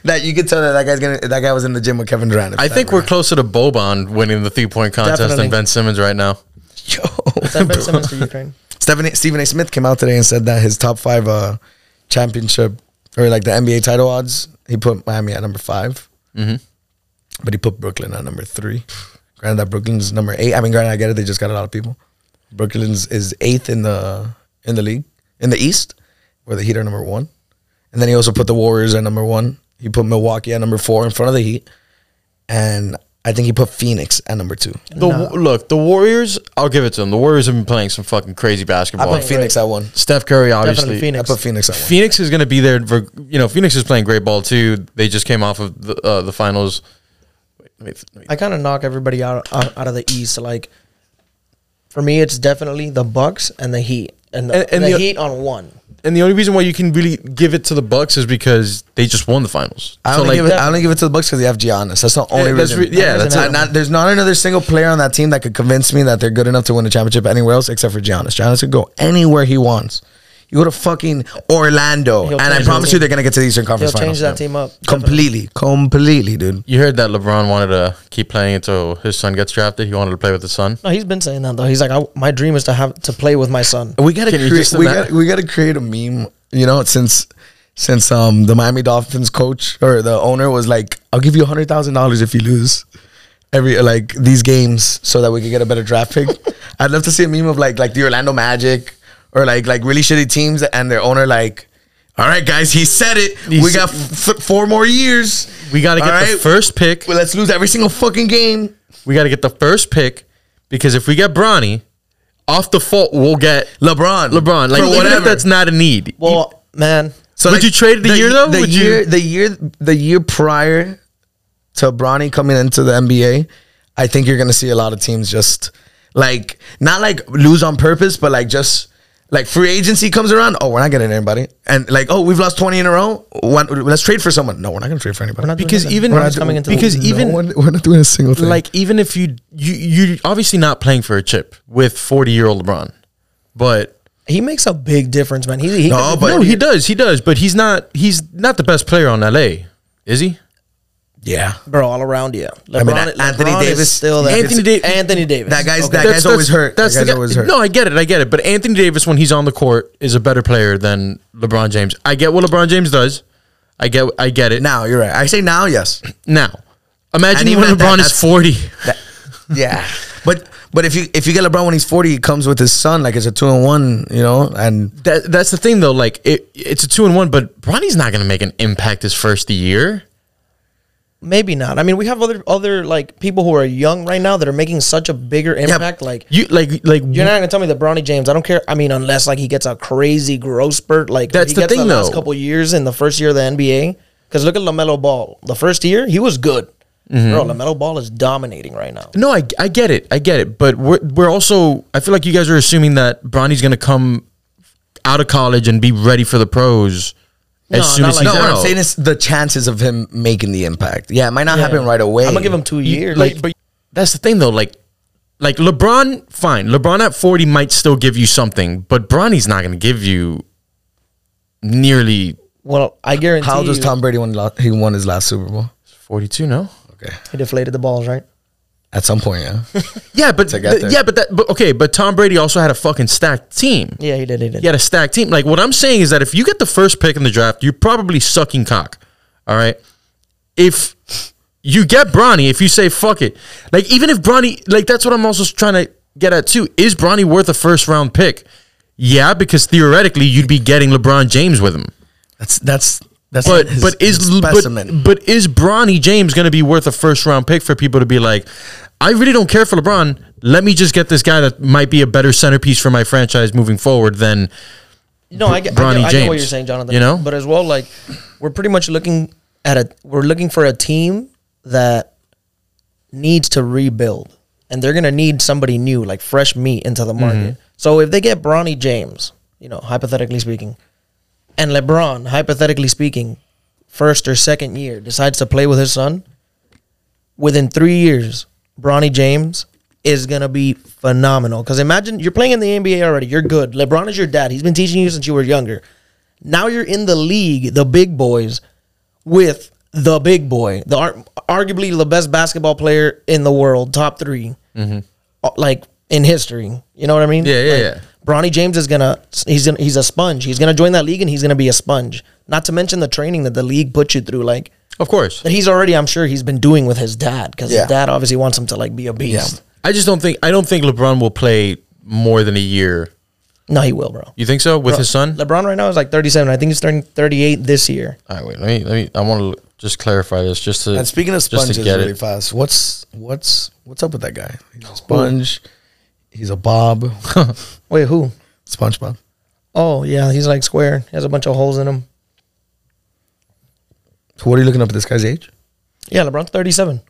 [SPEAKER 4] That you could tell that that guy's gonna that guy was in the gym with Kevin Durant.
[SPEAKER 3] I think we're closer to Boban winning the three point contest
[SPEAKER 5] Definitely.
[SPEAKER 3] than Ben Simmons right now.
[SPEAKER 4] yo.
[SPEAKER 5] send Ben Simmons to Ukraine.
[SPEAKER 4] Stephen A, Stephen A. Smith came out today and said that his top five uh, championship or like the NBA title odds, he put Miami at number 5 but he put Brooklyn at number three. Granted, that Brooklyn's number eight. I mean, granted, I get it; they just got a lot of people. Brooklyn's is eighth in the in the league in the East, where the Heat are number one, and then he also put the Warriors at number one. He put Milwaukee at number four in front of the Heat, and I think he put Phoenix at number two.
[SPEAKER 3] The look, the Warriors. I'll give it to them. The Warriors have been playing some fucking crazy
[SPEAKER 4] I
[SPEAKER 3] basketball.
[SPEAKER 4] put Phoenix at one.
[SPEAKER 3] Steph Curry, obviously.
[SPEAKER 5] Definitely
[SPEAKER 4] I
[SPEAKER 5] Phoenix.
[SPEAKER 4] put Phoenix at one.
[SPEAKER 3] Phoenix is going to be there. For, you know, Phoenix is playing great ball too. They just came off of the uh, the finals. Wait, wait, wait.
[SPEAKER 5] I kind of knock everybody out, out out of the East. Like for me, it's definitely the Bucks and the Heat, and the,
[SPEAKER 3] And- and
[SPEAKER 5] the,
[SPEAKER 3] the-
[SPEAKER 5] Heat on one.
[SPEAKER 3] And the only reason why you can really give it to the Bucks is because they just won the finals.
[SPEAKER 4] I
[SPEAKER 3] so
[SPEAKER 4] only
[SPEAKER 3] like,
[SPEAKER 4] give it. I only give it to the Bucks because they have Giannis. That's the only
[SPEAKER 3] that's
[SPEAKER 4] reason.
[SPEAKER 3] re- yeah, that's
[SPEAKER 4] I-
[SPEAKER 3] it.
[SPEAKER 4] not- there's not another single player on that team that could convince me that they're good enough to win a championship anywhere else except for Giannis. Giannis could go anywhere he wants. You go to fucking Orlando,
[SPEAKER 5] He'll
[SPEAKER 4] and I
[SPEAKER 5] change
[SPEAKER 4] promise
[SPEAKER 5] that
[SPEAKER 4] you
[SPEAKER 5] team.
[SPEAKER 4] they're gonna get to the Eastern
[SPEAKER 5] They'll
[SPEAKER 4] Conference
[SPEAKER 5] change
[SPEAKER 4] Finals.
[SPEAKER 5] that team up.
[SPEAKER 4] completely, completely, dude.
[SPEAKER 3] you heard that LeBron wanted to keep playing until his son gets drafted. He wanted to play with his son.
[SPEAKER 5] No, he's been saying that though. He's like, I, my dream is to have to play with my son.
[SPEAKER 4] We gotta
[SPEAKER 3] Can you
[SPEAKER 4] create.
[SPEAKER 3] just
[SPEAKER 4] We
[SPEAKER 3] imagine-
[SPEAKER 4] gotta, we gotta create a meme. You know, since since um the Miami Dolphins coach or the owner was like, "I'll give you hundred thousand dollars if you lose." Every like these games, so that we could get a better draft pick. I'd love to see a meme of like like the Orlando Magic or like like really shitty teams and their owner like, all right guys, he said it.
[SPEAKER 3] He
[SPEAKER 4] we
[SPEAKER 3] said-
[SPEAKER 4] got f- f- four more years.
[SPEAKER 3] We got to get
[SPEAKER 4] All
[SPEAKER 3] the
[SPEAKER 4] right.
[SPEAKER 3] first pick.
[SPEAKER 4] Well, let's lose every single fucking game.
[SPEAKER 3] We got to get the first pick because if we get Bronny, off the fault we'll get
[SPEAKER 4] LeBron,
[SPEAKER 3] LeBron. Like
[SPEAKER 4] for
[SPEAKER 3] even
[SPEAKER 4] whatever.
[SPEAKER 3] if that's not a need.
[SPEAKER 5] Well, man,
[SPEAKER 4] So
[SPEAKER 3] Would
[SPEAKER 4] like,
[SPEAKER 3] you trade the year, though?
[SPEAKER 4] The
[SPEAKER 3] Would
[SPEAKER 4] year,
[SPEAKER 3] you-
[SPEAKER 4] the year, the year prior to Bronny coming into the NBA, I think you're gonna see a lot of teams just like not like lose on purpose, but like just like free agency comes around. Oh, we're not getting anybody, and like oh, we've lost twenty in a row. One, let's trade for someone. No, we're not gonna trade for anybody.
[SPEAKER 5] not doing
[SPEAKER 3] Because
[SPEAKER 5] nothing.
[SPEAKER 3] even-
[SPEAKER 5] We're not coming into the-
[SPEAKER 3] because
[SPEAKER 5] No.
[SPEAKER 3] even-
[SPEAKER 4] we're, we're not doing a single thing.
[SPEAKER 3] Like even if you you you obviously not playing for a chip with forty year old LeBron, but
[SPEAKER 5] he makes a big difference, man. He, he
[SPEAKER 4] No,
[SPEAKER 5] could-
[SPEAKER 4] Oh, but-
[SPEAKER 3] no, he does, he does, but he's not he's not the best player on LA, is he?
[SPEAKER 4] yeah,
[SPEAKER 5] bro, all around you. LeBron,
[SPEAKER 4] I mean, Anthony
[SPEAKER 5] LeBron is
[SPEAKER 4] Davis-
[SPEAKER 5] still there.
[SPEAKER 3] Anthony Da-
[SPEAKER 5] Anthony Davis.
[SPEAKER 4] that guy's
[SPEAKER 5] Okay.
[SPEAKER 4] that guy's always hurt. That
[SPEAKER 3] the
[SPEAKER 4] guy's
[SPEAKER 3] guy-
[SPEAKER 4] always hurt.
[SPEAKER 3] No, I get it, I get it. But Anthony Davis, when he's on the court, is a better player than LeBron James. I get what LeBron James does. I get, I get it. Now,
[SPEAKER 4] Now you're right. I say now, yes.
[SPEAKER 3] now imagine
[SPEAKER 4] And even
[SPEAKER 3] when
[SPEAKER 4] at that,
[SPEAKER 3] LeBron is
[SPEAKER 4] that's-
[SPEAKER 3] forty.
[SPEAKER 4] Yeah, but but if you if you get LeBron when he's forty, he comes with his son like it's a two and one, you know. And
[SPEAKER 3] That that's the thing though. Like it, it's a two and one, but Bronny's not going to make an impact his first year.
[SPEAKER 5] Maybe not. I mean, we have other other like people who are young right now that are making such a bigger impact. Like
[SPEAKER 3] You like like
[SPEAKER 5] You're not gonna tell me that Bronny James. I don't care. I mean, unless like he gets a crazy growth spurt, like
[SPEAKER 3] That's
[SPEAKER 5] he
[SPEAKER 3] the
[SPEAKER 5] gets
[SPEAKER 3] thing,
[SPEAKER 5] Last
[SPEAKER 3] though.
[SPEAKER 5] couple years in the first year of the NBA, because look at Lamelo Ball. The first year he was good. Bro, Lamelo Ball is dominating right now.
[SPEAKER 3] No, I, I get it. I get it. But we're, we're also, I feel like you guys are assuming that Bronny's going to come out of college and be ready for the pros as
[SPEAKER 5] No,
[SPEAKER 3] soon
[SPEAKER 5] not
[SPEAKER 3] as
[SPEAKER 5] like
[SPEAKER 3] he's
[SPEAKER 4] no,
[SPEAKER 5] that.
[SPEAKER 4] what
[SPEAKER 3] out.
[SPEAKER 4] I'm saying is the chances of him making the impact. Yeah, it might not happen right away.
[SPEAKER 5] I'm gonna give him two
[SPEAKER 3] You-
[SPEAKER 5] years.
[SPEAKER 3] Like, but that's the thing, though. Like, like LeBron, fine. LeBron at 40 might still give you something, but Bronny's not going to give you nearly
[SPEAKER 5] well, I guarantee
[SPEAKER 4] How old was
[SPEAKER 5] you,
[SPEAKER 4] Tom Brady when lo- he won his last Super Bowl?
[SPEAKER 3] 42, no?
[SPEAKER 4] Okay,
[SPEAKER 5] he deflated the balls, right?
[SPEAKER 4] at some point, yeah.
[SPEAKER 3] Yeah, but
[SPEAKER 4] get
[SPEAKER 3] th-
[SPEAKER 4] there.
[SPEAKER 3] yeah, but that but okay, but Tom Brady also had a fucking stacked team.
[SPEAKER 5] Yeah, he did. He did.
[SPEAKER 3] you had a stacked team. Like what I'm saying is that if you get the first pick in the draft, you're probably sucking cock. All right. If you get Bronny, if you say fuck it, like even if Bronny, like that's what I'm also trying to get at too. Is Bronny worth a first round pick? Yeah, because theoretically you'd be getting LeBron James with him.
[SPEAKER 4] That's that's that's
[SPEAKER 3] But
[SPEAKER 4] his
[SPEAKER 3] but is
[SPEAKER 4] specimen.
[SPEAKER 3] but, but is Bronny James going to be worth a first round pick for people to be like, I really don't care for LeBron. Let me just get this guy that might be a better centerpiece for my franchise moving forward than
[SPEAKER 5] No, I get, I get, I
[SPEAKER 3] Bronny
[SPEAKER 5] get what
[SPEAKER 3] James,
[SPEAKER 5] you're saying, Jonathan.
[SPEAKER 3] you know?
[SPEAKER 5] but as well, like we're pretty much looking at a we're looking for a team that needs to rebuild, and they're gonna need somebody new, like fresh meat into the market.
[SPEAKER 3] Mm-hmm.
[SPEAKER 5] So if they get Bronny James, you know, hypothetically speaking, and LeBron, hypothetically speaking, first or second year decides to play with his son, within three years, Bronny James is gonna be phenomenal. Because imagine you're playing in the NBA already. You're good. LeBron is your dad. He's been teaching you since you were younger. Now you're in the league, the big boys, with the big boy, the ar- arguably the best basketball player in the world, top 3 Uh, like in history. You know what I mean?
[SPEAKER 3] Mm-hmm. Yeah, yeah,
[SPEAKER 5] Like,
[SPEAKER 3] yeah.
[SPEAKER 5] Bronny James is gonna he's gonna, he's a sponge. He's gonna join that league and he's gonna be a sponge. Not to mention the training that the league puts you through. Like
[SPEAKER 3] Of course.
[SPEAKER 5] that he's already, I'm sure he's been doing with his dad because
[SPEAKER 4] Yeah.
[SPEAKER 5] his dad obviously wants him to like be a beast.
[SPEAKER 3] I just don't think I don't think LeBron will play more than a year.
[SPEAKER 5] No, he will, bro.
[SPEAKER 3] You think so with his son?
[SPEAKER 5] LeBron right now is like 37. I think he's turning 38 this year.
[SPEAKER 3] All right, wait. Let me. Let me. I want to just clarify this, just to.
[SPEAKER 4] and speaking of
[SPEAKER 3] just to
[SPEAKER 4] sponges,
[SPEAKER 3] get
[SPEAKER 4] really
[SPEAKER 3] it.
[SPEAKER 4] fast. What's what's what's up with that guy? He's a sponge. He's a Bob.
[SPEAKER 5] Wait, who?
[SPEAKER 4] SpongeBob.
[SPEAKER 5] Oh yeah, he's like square. He has a bunch of holes in him.
[SPEAKER 4] What are you looking up at this guy's age?
[SPEAKER 5] Yeah, LeBron's 37.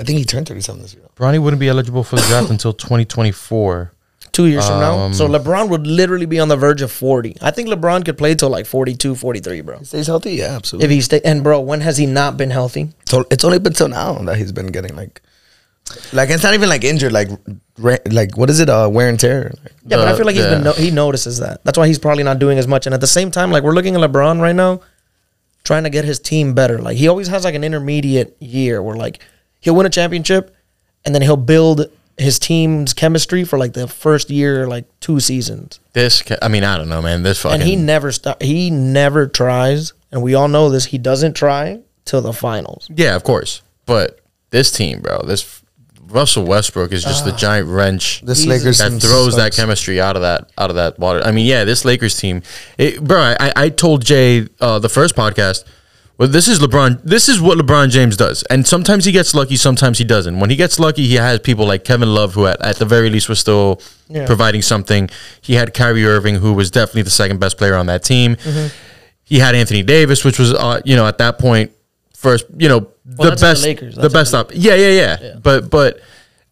[SPEAKER 4] I think he turned thirty-seven this year.
[SPEAKER 3] Bronny wouldn't be eligible for the draft until 2024.
[SPEAKER 5] Two years from now.
[SPEAKER 3] Um,
[SPEAKER 5] So LeBron would literally be on the verge of 40. I think LeBron could play till like 42, 43, bro.
[SPEAKER 4] Stays healthy, yeah, absolutely.
[SPEAKER 5] If he stay and bro, when has he not been healthy?
[SPEAKER 4] So it's only been till now that he's been getting like, like it's not even like injured, like, re- like what is it? Uh, wear and tear.
[SPEAKER 5] Yeah, but I
[SPEAKER 3] Uh,
[SPEAKER 5] feel like he's been
[SPEAKER 3] yeah.
[SPEAKER 5] no- he notices that. That's why he's probably not doing as much. And at the same time, like we're looking at LeBron right now, trying to get his team better. Like he always has like an intermediate year where like he'll win a championship, and then he'll build his team's chemistry for like the first year, like two seasons.
[SPEAKER 3] This, ca- I mean, I don't know, man. This fucking.
[SPEAKER 5] And he never stop. He never tries, and we all know this. He doesn't try till the finals.
[SPEAKER 3] yeah, of course. But this team, bro. This Russell Westbrook is just the giant wrench.
[SPEAKER 4] Ah. This Lakers
[SPEAKER 3] that
[SPEAKER 4] team
[SPEAKER 3] throws that
[SPEAKER 4] sucks.
[SPEAKER 3] chemistry out of that out of that water. I mean, yeah, this Lakers team, it, bro. I- I, I told Jay uh, the first podcast. Well, this is LeBron. This is what LeBron James does, and sometimes he gets lucky, sometimes he doesn't. When he gets lucky, he has people like Kevin Love, who at, at the very least was still
[SPEAKER 5] Yeah.
[SPEAKER 3] providing something. He had Kyrie Irving, who was definitely the second best player on that team. He had Anthony Davis, which was uh, you know at that point first you know
[SPEAKER 5] Well,
[SPEAKER 3] the
[SPEAKER 5] that's on the
[SPEAKER 3] best,
[SPEAKER 5] Lakers.
[SPEAKER 3] the
[SPEAKER 5] That's on
[SPEAKER 3] best
[SPEAKER 5] the
[SPEAKER 3] op. Yeah, yeah, yeah, But but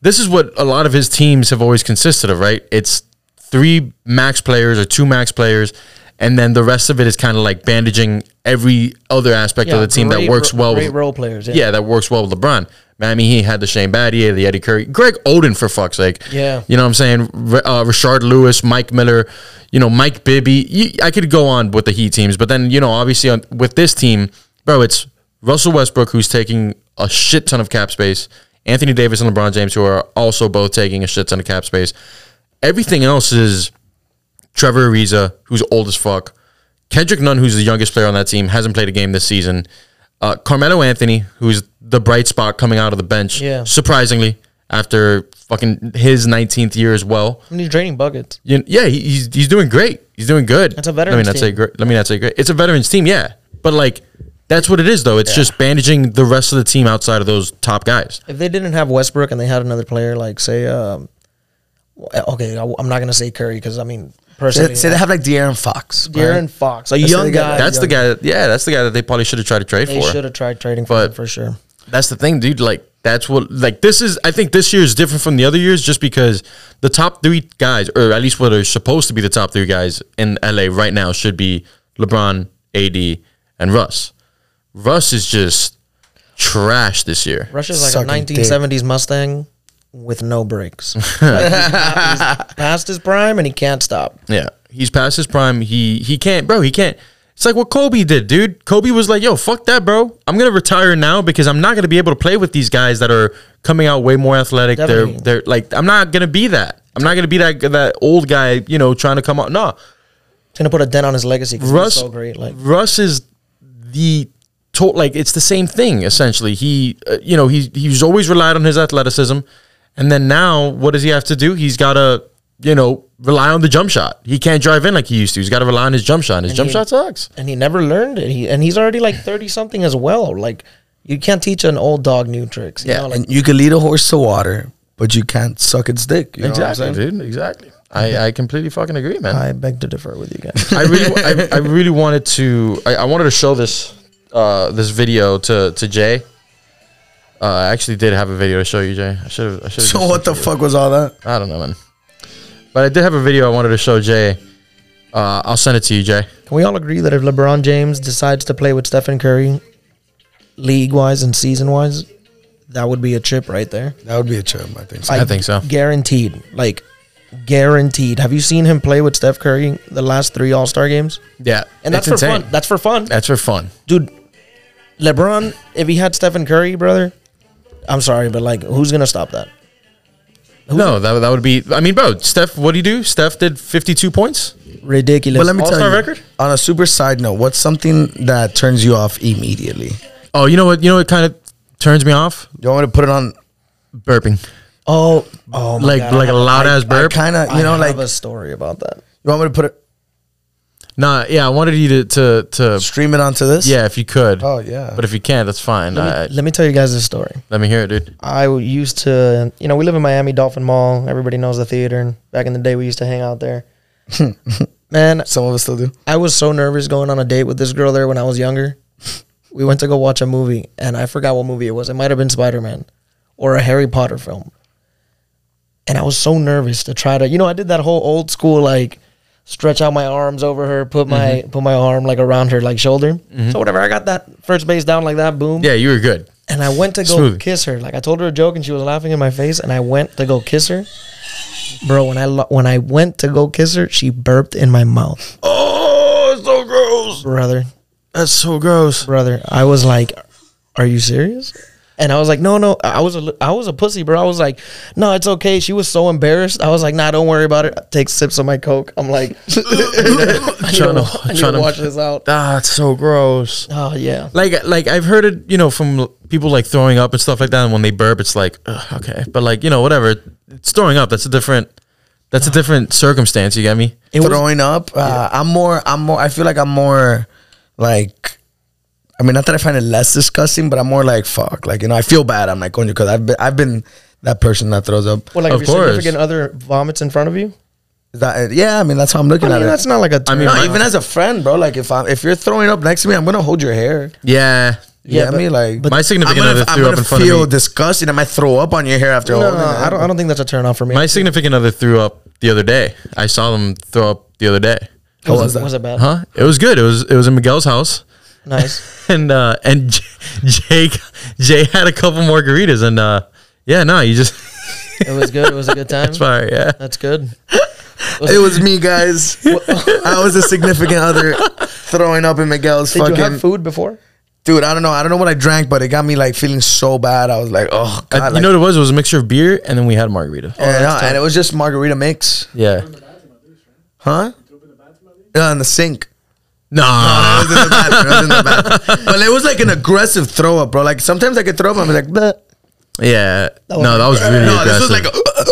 [SPEAKER 3] this is what a lot of his teams have always consisted of, right? It's three max players or two max players, and then the rest of it is kind of like bandaging every other aspect of the team that
[SPEAKER 5] great
[SPEAKER 3] works
[SPEAKER 5] ro-
[SPEAKER 3] well
[SPEAKER 5] Great
[SPEAKER 3] with
[SPEAKER 5] role players.
[SPEAKER 3] yeah, that works well with LeBron. I mean, he had the Shane Battier, the Eddie Curry, Greg Oden for fuck's sake.
[SPEAKER 5] Yeah.
[SPEAKER 3] you know what I'm saying. R- uh, Richard Lewis, Mike Miller, you know Mike Bibby. You, I could go on with the Heat teams, but then you know obviously on, with this team, bro, it's Russell Westbrook who's taking a shit ton of cap space. Anthony Davis and LeBron James who are also both taking a shit ton of cap space. Everything else is Trevor Ariza, who's old as fuck. Kendrick Nunn, who's the youngest player on that team, hasn't played a game this season. Uh, Carmelo Anthony, who's the bright spot coming out of the bench,
[SPEAKER 5] Yeah.
[SPEAKER 3] surprisingly, after fucking his 19th year as well.
[SPEAKER 5] And he's draining buckets.
[SPEAKER 3] You- yeah, he, he's he's doing great. He's doing good.
[SPEAKER 5] That's a veterans
[SPEAKER 3] Let me not say
[SPEAKER 5] team.
[SPEAKER 3] great. Let me not say great. It's a veterans team, yeah. But like, that's what it is, though. It's just bandaging the rest of the team outside of those top guys.
[SPEAKER 5] If they didn't have Westbrook and they had another player, like say, um, w- okay, I, am not gonna say Curry because I mean
[SPEAKER 4] Say,
[SPEAKER 5] personally,
[SPEAKER 4] say they have like De'Aaron Fox. right?
[SPEAKER 5] De'Aaron Fox, a
[SPEAKER 4] Let's say
[SPEAKER 5] young
[SPEAKER 4] they got-
[SPEAKER 5] guy.
[SPEAKER 3] That's the
[SPEAKER 5] young-
[SPEAKER 3] guy. That, yeah, that's the guy that they probably should have tried to trade
[SPEAKER 5] They
[SPEAKER 3] for.
[SPEAKER 5] should have tried trading for
[SPEAKER 3] But-
[SPEAKER 5] him for sure.
[SPEAKER 3] That's the thing, dude. Like that's what like this is. I think this year is different from the other years just because the top three guys, or at least what are supposed to be the top three guys in LA right now, should be LeBron, AD, and Russ. Russ is just trash this year.
[SPEAKER 5] Russia's like
[SPEAKER 4] Sucking
[SPEAKER 5] a 1970s Mustang with no brakes. Like, he's not- he's past his prime and he can't stop.
[SPEAKER 3] Yeah, he's past his prime. He he can't, bro. He can't. It's like what Kobe did, dude. Kobe was like, "Yo, fuck that, bro. I'm gonna retire now because I'm not gonna be able to play with these guys that are coming out way more athletic.
[SPEAKER 5] Definitely.
[SPEAKER 3] They're they're like, I'm not gonna be that. I'm not gonna be that that old guy, you know, trying to come out. No,
[SPEAKER 5] It's gonna put a dent on his legacy. 'cause he was
[SPEAKER 3] Russ,
[SPEAKER 5] so great. Like
[SPEAKER 3] Russ is the to- like it's the same thing essentially. He uh, you know he he's always relied on his athleticism, and then now what does he have to do? He's got to you know rely on the jump shot. He can't drive in like he used to. He's got to rely on his jump shot. His jump
[SPEAKER 5] he-
[SPEAKER 3] shot sucks.
[SPEAKER 5] and he never learned it. He and he's already like thirty something as well. Like you can't teach an old dog new tricks. You
[SPEAKER 3] Yeah,
[SPEAKER 5] know, like,
[SPEAKER 4] And you can lead a horse to water, but you can't suck its dick. You know what I'm
[SPEAKER 3] Exactly,
[SPEAKER 4] saying?
[SPEAKER 3] dude. Exactly. I, I completely fucking agree, man.
[SPEAKER 5] I beg to differ with you guys.
[SPEAKER 3] I really, I, I really wanted to. I, I wanted to show this, uh, this video to to Jay. Uh, I actually did have a video to show you, Jay. I should have. I should.
[SPEAKER 4] So what the fuck was all that?
[SPEAKER 3] I don't know, man. But I did have a video I wanted to show Jay. Uh, I'll send it to you, Jay.
[SPEAKER 5] Can we all agree that if LeBron James decides to play with Stephen Curry, league wise and season wise, that would be a chip right there.
[SPEAKER 4] That would be a chum, I think. So.
[SPEAKER 3] I think so.
[SPEAKER 5] Guaranteed. Like guaranteed. Have you seen him play with Steph Curry the last three All Star games?
[SPEAKER 3] Yeah,
[SPEAKER 5] And that's
[SPEAKER 3] it's
[SPEAKER 5] for
[SPEAKER 3] insane.
[SPEAKER 5] fun. That's for fun.
[SPEAKER 3] That's for fun.
[SPEAKER 5] Dude, LeBron, if he had Stephen Curry, brother, I'm sorry, but like who's gonna stop that?
[SPEAKER 3] no, that, that would be. I mean, bro, Steph, what do you do? Steph did fifty-two points.
[SPEAKER 5] Ridiculous.
[SPEAKER 4] but let me
[SPEAKER 3] All-star
[SPEAKER 4] tell you,
[SPEAKER 3] record?
[SPEAKER 4] on a super side note, what's something that turns you off immediately?
[SPEAKER 3] Oh, you know what? You know what kind of turns me off?
[SPEAKER 4] You want me to put it on
[SPEAKER 3] Burping,
[SPEAKER 5] Oh, oh my
[SPEAKER 3] like
[SPEAKER 5] God,
[SPEAKER 3] like
[SPEAKER 5] I
[SPEAKER 3] a
[SPEAKER 5] have-
[SPEAKER 3] loud ass
[SPEAKER 4] I
[SPEAKER 3] burp.
[SPEAKER 4] kind of, you know,
[SPEAKER 5] I
[SPEAKER 4] like
[SPEAKER 5] have a story about that.
[SPEAKER 4] you want me to put it,
[SPEAKER 3] nah, yeah, I wanted you to to, to
[SPEAKER 4] stream it onto this?
[SPEAKER 3] yeah, if you could.
[SPEAKER 4] Oh, yeah.
[SPEAKER 3] But if you can't, that's fine. Let
[SPEAKER 5] Let me, let me tell you guys this story.
[SPEAKER 3] let me hear it, dude.
[SPEAKER 5] I used to, you know, we live in Miami Dolphin Mall. Everybody knows the theater. And back in the day, we used to hang out there. Man,
[SPEAKER 4] Some of us still do.
[SPEAKER 5] I was so nervous going on a date with this girl there when I was younger. We went to go watch a movie, and I forgot what movie it was. It might have been Spider Man or a Harry Potter film. And I was so nervous to try to, you know, I did that whole old school like stretch out my arms over her, put my put my arm like around her like shoulder. So whatever, I got that first base down like that, boom.
[SPEAKER 3] Yeah, you were good.
[SPEAKER 5] And I went to go
[SPEAKER 3] Smoothie.
[SPEAKER 5] kiss her. Like I told her a joke, and she was laughing in my face. And I went to go kiss her, bro. When I lo- when I went to go kiss her, she burped in my mouth,
[SPEAKER 3] Oh, it's so gross.
[SPEAKER 5] brother.
[SPEAKER 3] That's so gross.
[SPEAKER 5] Brother, I was like, "Are you serious?" And I was like, "No, no." I was a li- I was a pussy, bro. I was like, "No, it's okay." She was so embarrassed. I was like, "Nah, don't worry about it." I take sips of my coke. I'm like, I need to,
[SPEAKER 3] Tryna-
[SPEAKER 5] wa- I need
[SPEAKER 3] tryna-
[SPEAKER 5] to watch this out.
[SPEAKER 3] That's so gross.
[SPEAKER 5] Oh yeah.
[SPEAKER 3] like like I've heard it, you know, from l- people like throwing up and stuff like that. And when they burp, it's like ugh, okay, but like you know, whatever. It's throwing up. That's a different. That's a different circumstance. You get me?
[SPEAKER 5] It was-
[SPEAKER 4] Throwing up, uh, I'm more, I'm more, I feel like I'm more like, I mean, not that I find it less disgusting, but I'm more like, fuck, like, you know, I feel bad. I'm like, coño, because I've been, I've been that person that throws up.
[SPEAKER 5] Well, like
[SPEAKER 3] Of
[SPEAKER 5] if your
[SPEAKER 3] course.
[SPEAKER 5] significant other vomits in front of you.
[SPEAKER 4] Is that, yeah, I mean, that's how I'm looking
[SPEAKER 5] I mean,
[SPEAKER 4] at it.
[SPEAKER 5] that's not like a.
[SPEAKER 3] mean,
[SPEAKER 5] turn
[SPEAKER 4] No,
[SPEAKER 3] my-
[SPEAKER 5] off.
[SPEAKER 4] even as a friend, bro. Like if I'm if you're throwing up next to me, I'm gonna hold your hair.
[SPEAKER 3] Yeah,
[SPEAKER 4] You yeah,
[SPEAKER 5] Yeah,
[SPEAKER 4] I mean,
[SPEAKER 5] but-
[SPEAKER 4] like
[SPEAKER 5] but-
[SPEAKER 3] My significant
[SPEAKER 4] I'm
[SPEAKER 3] other
[SPEAKER 4] gonna, I'm
[SPEAKER 3] threw up
[SPEAKER 4] gonna
[SPEAKER 3] in front of me.
[SPEAKER 4] feel disgust and I might throw up on your hair after
[SPEAKER 5] No,
[SPEAKER 4] all.
[SPEAKER 5] no, I don't. I don't think that's a turn off for me.
[SPEAKER 3] My significant other threw up the other day. I saw them throw up the other day.
[SPEAKER 4] How was that?
[SPEAKER 5] was it bad?
[SPEAKER 3] Huh? It was good. It was it was in Miguel's house,
[SPEAKER 5] Nice.
[SPEAKER 3] and uh, and J- Jake Jay had a couple margaritas, and uh, yeah, no, you just
[SPEAKER 5] It was good. It was a good time.
[SPEAKER 3] it's fire, yeah.
[SPEAKER 5] That's good.
[SPEAKER 4] It was me, guys. I was a significant other throwing up in Miguel's
[SPEAKER 5] Did you have
[SPEAKER 4] fucking
[SPEAKER 5] food before?
[SPEAKER 4] dude. I don't know. I don't know what I drank, but it got me like feeling so bad. I was like, oh god.
[SPEAKER 3] I- Oh, you
[SPEAKER 4] like-
[SPEAKER 3] know what it was? It was a mixture of beer, and then we had a margarita.
[SPEAKER 4] and, uh, and it was just margarita mix,
[SPEAKER 3] Yeah.
[SPEAKER 4] huh? Yeah, in the sink.
[SPEAKER 3] Nah.
[SPEAKER 4] It was in the bathroom. It was in the bathroom. But it was like an aggressive throw up, bro. Like sometimes I could throw up. I'm like, Bleh.
[SPEAKER 3] Yeah. No, that was really
[SPEAKER 4] no, this
[SPEAKER 3] aggressive.
[SPEAKER 4] was like,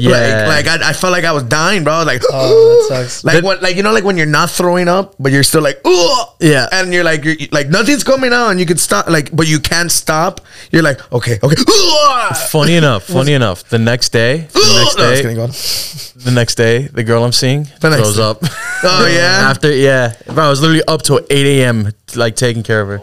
[SPEAKER 3] yeah.
[SPEAKER 4] like, like I, I felt like I was dying, bro. I was like,
[SPEAKER 5] Oh, that sucks.
[SPEAKER 4] Like what? Like you know, like when you're not throwing up, but you're still like, oh,
[SPEAKER 3] Yeah.
[SPEAKER 4] and you're like, you're like nothing's coming out, and you could stop, like, but you can't stop. You're like, okay, okay, "Ugh!"
[SPEAKER 3] funny enough, funny enough, the next day, the next
[SPEAKER 4] No, I was
[SPEAKER 3] day,
[SPEAKER 4] kidding, go on.
[SPEAKER 3] the next day, the girl I'm seeing
[SPEAKER 4] The next
[SPEAKER 3] throws
[SPEAKER 4] day.
[SPEAKER 3] up.
[SPEAKER 4] Oh yeah,
[SPEAKER 3] After, yeah, bro, I was literally up till 8 a.m. like taking care of her.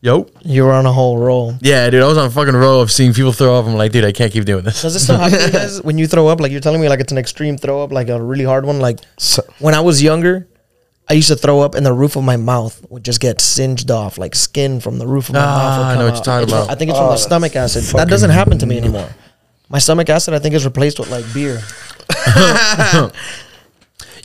[SPEAKER 3] Yo,
[SPEAKER 5] You were on a whole roll.
[SPEAKER 3] yeah, dude, I was on a fucking row of seeing people throw up. I'm like, dude, I can't keep doing this.
[SPEAKER 5] Does this still happen to you guys when you throw up? Like you're telling me, like it's an extreme throw up, like a really hard one. Like when I was younger, I used to throw up, and the roof of my mouth would just get singed off, like skin from the roof of my
[SPEAKER 3] Ah,
[SPEAKER 5] mouth.
[SPEAKER 3] I
[SPEAKER 5] Would
[SPEAKER 3] know
[SPEAKER 5] come
[SPEAKER 3] what you're
[SPEAKER 5] out.
[SPEAKER 3] talking
[SPEAKER 5] It's-
[SPEAKER 3] about.
[SPEAKER 5] I think it's from the stomach acid. That doesn't happen to me anymore. My stomach acid, I think, is replaced with like beer.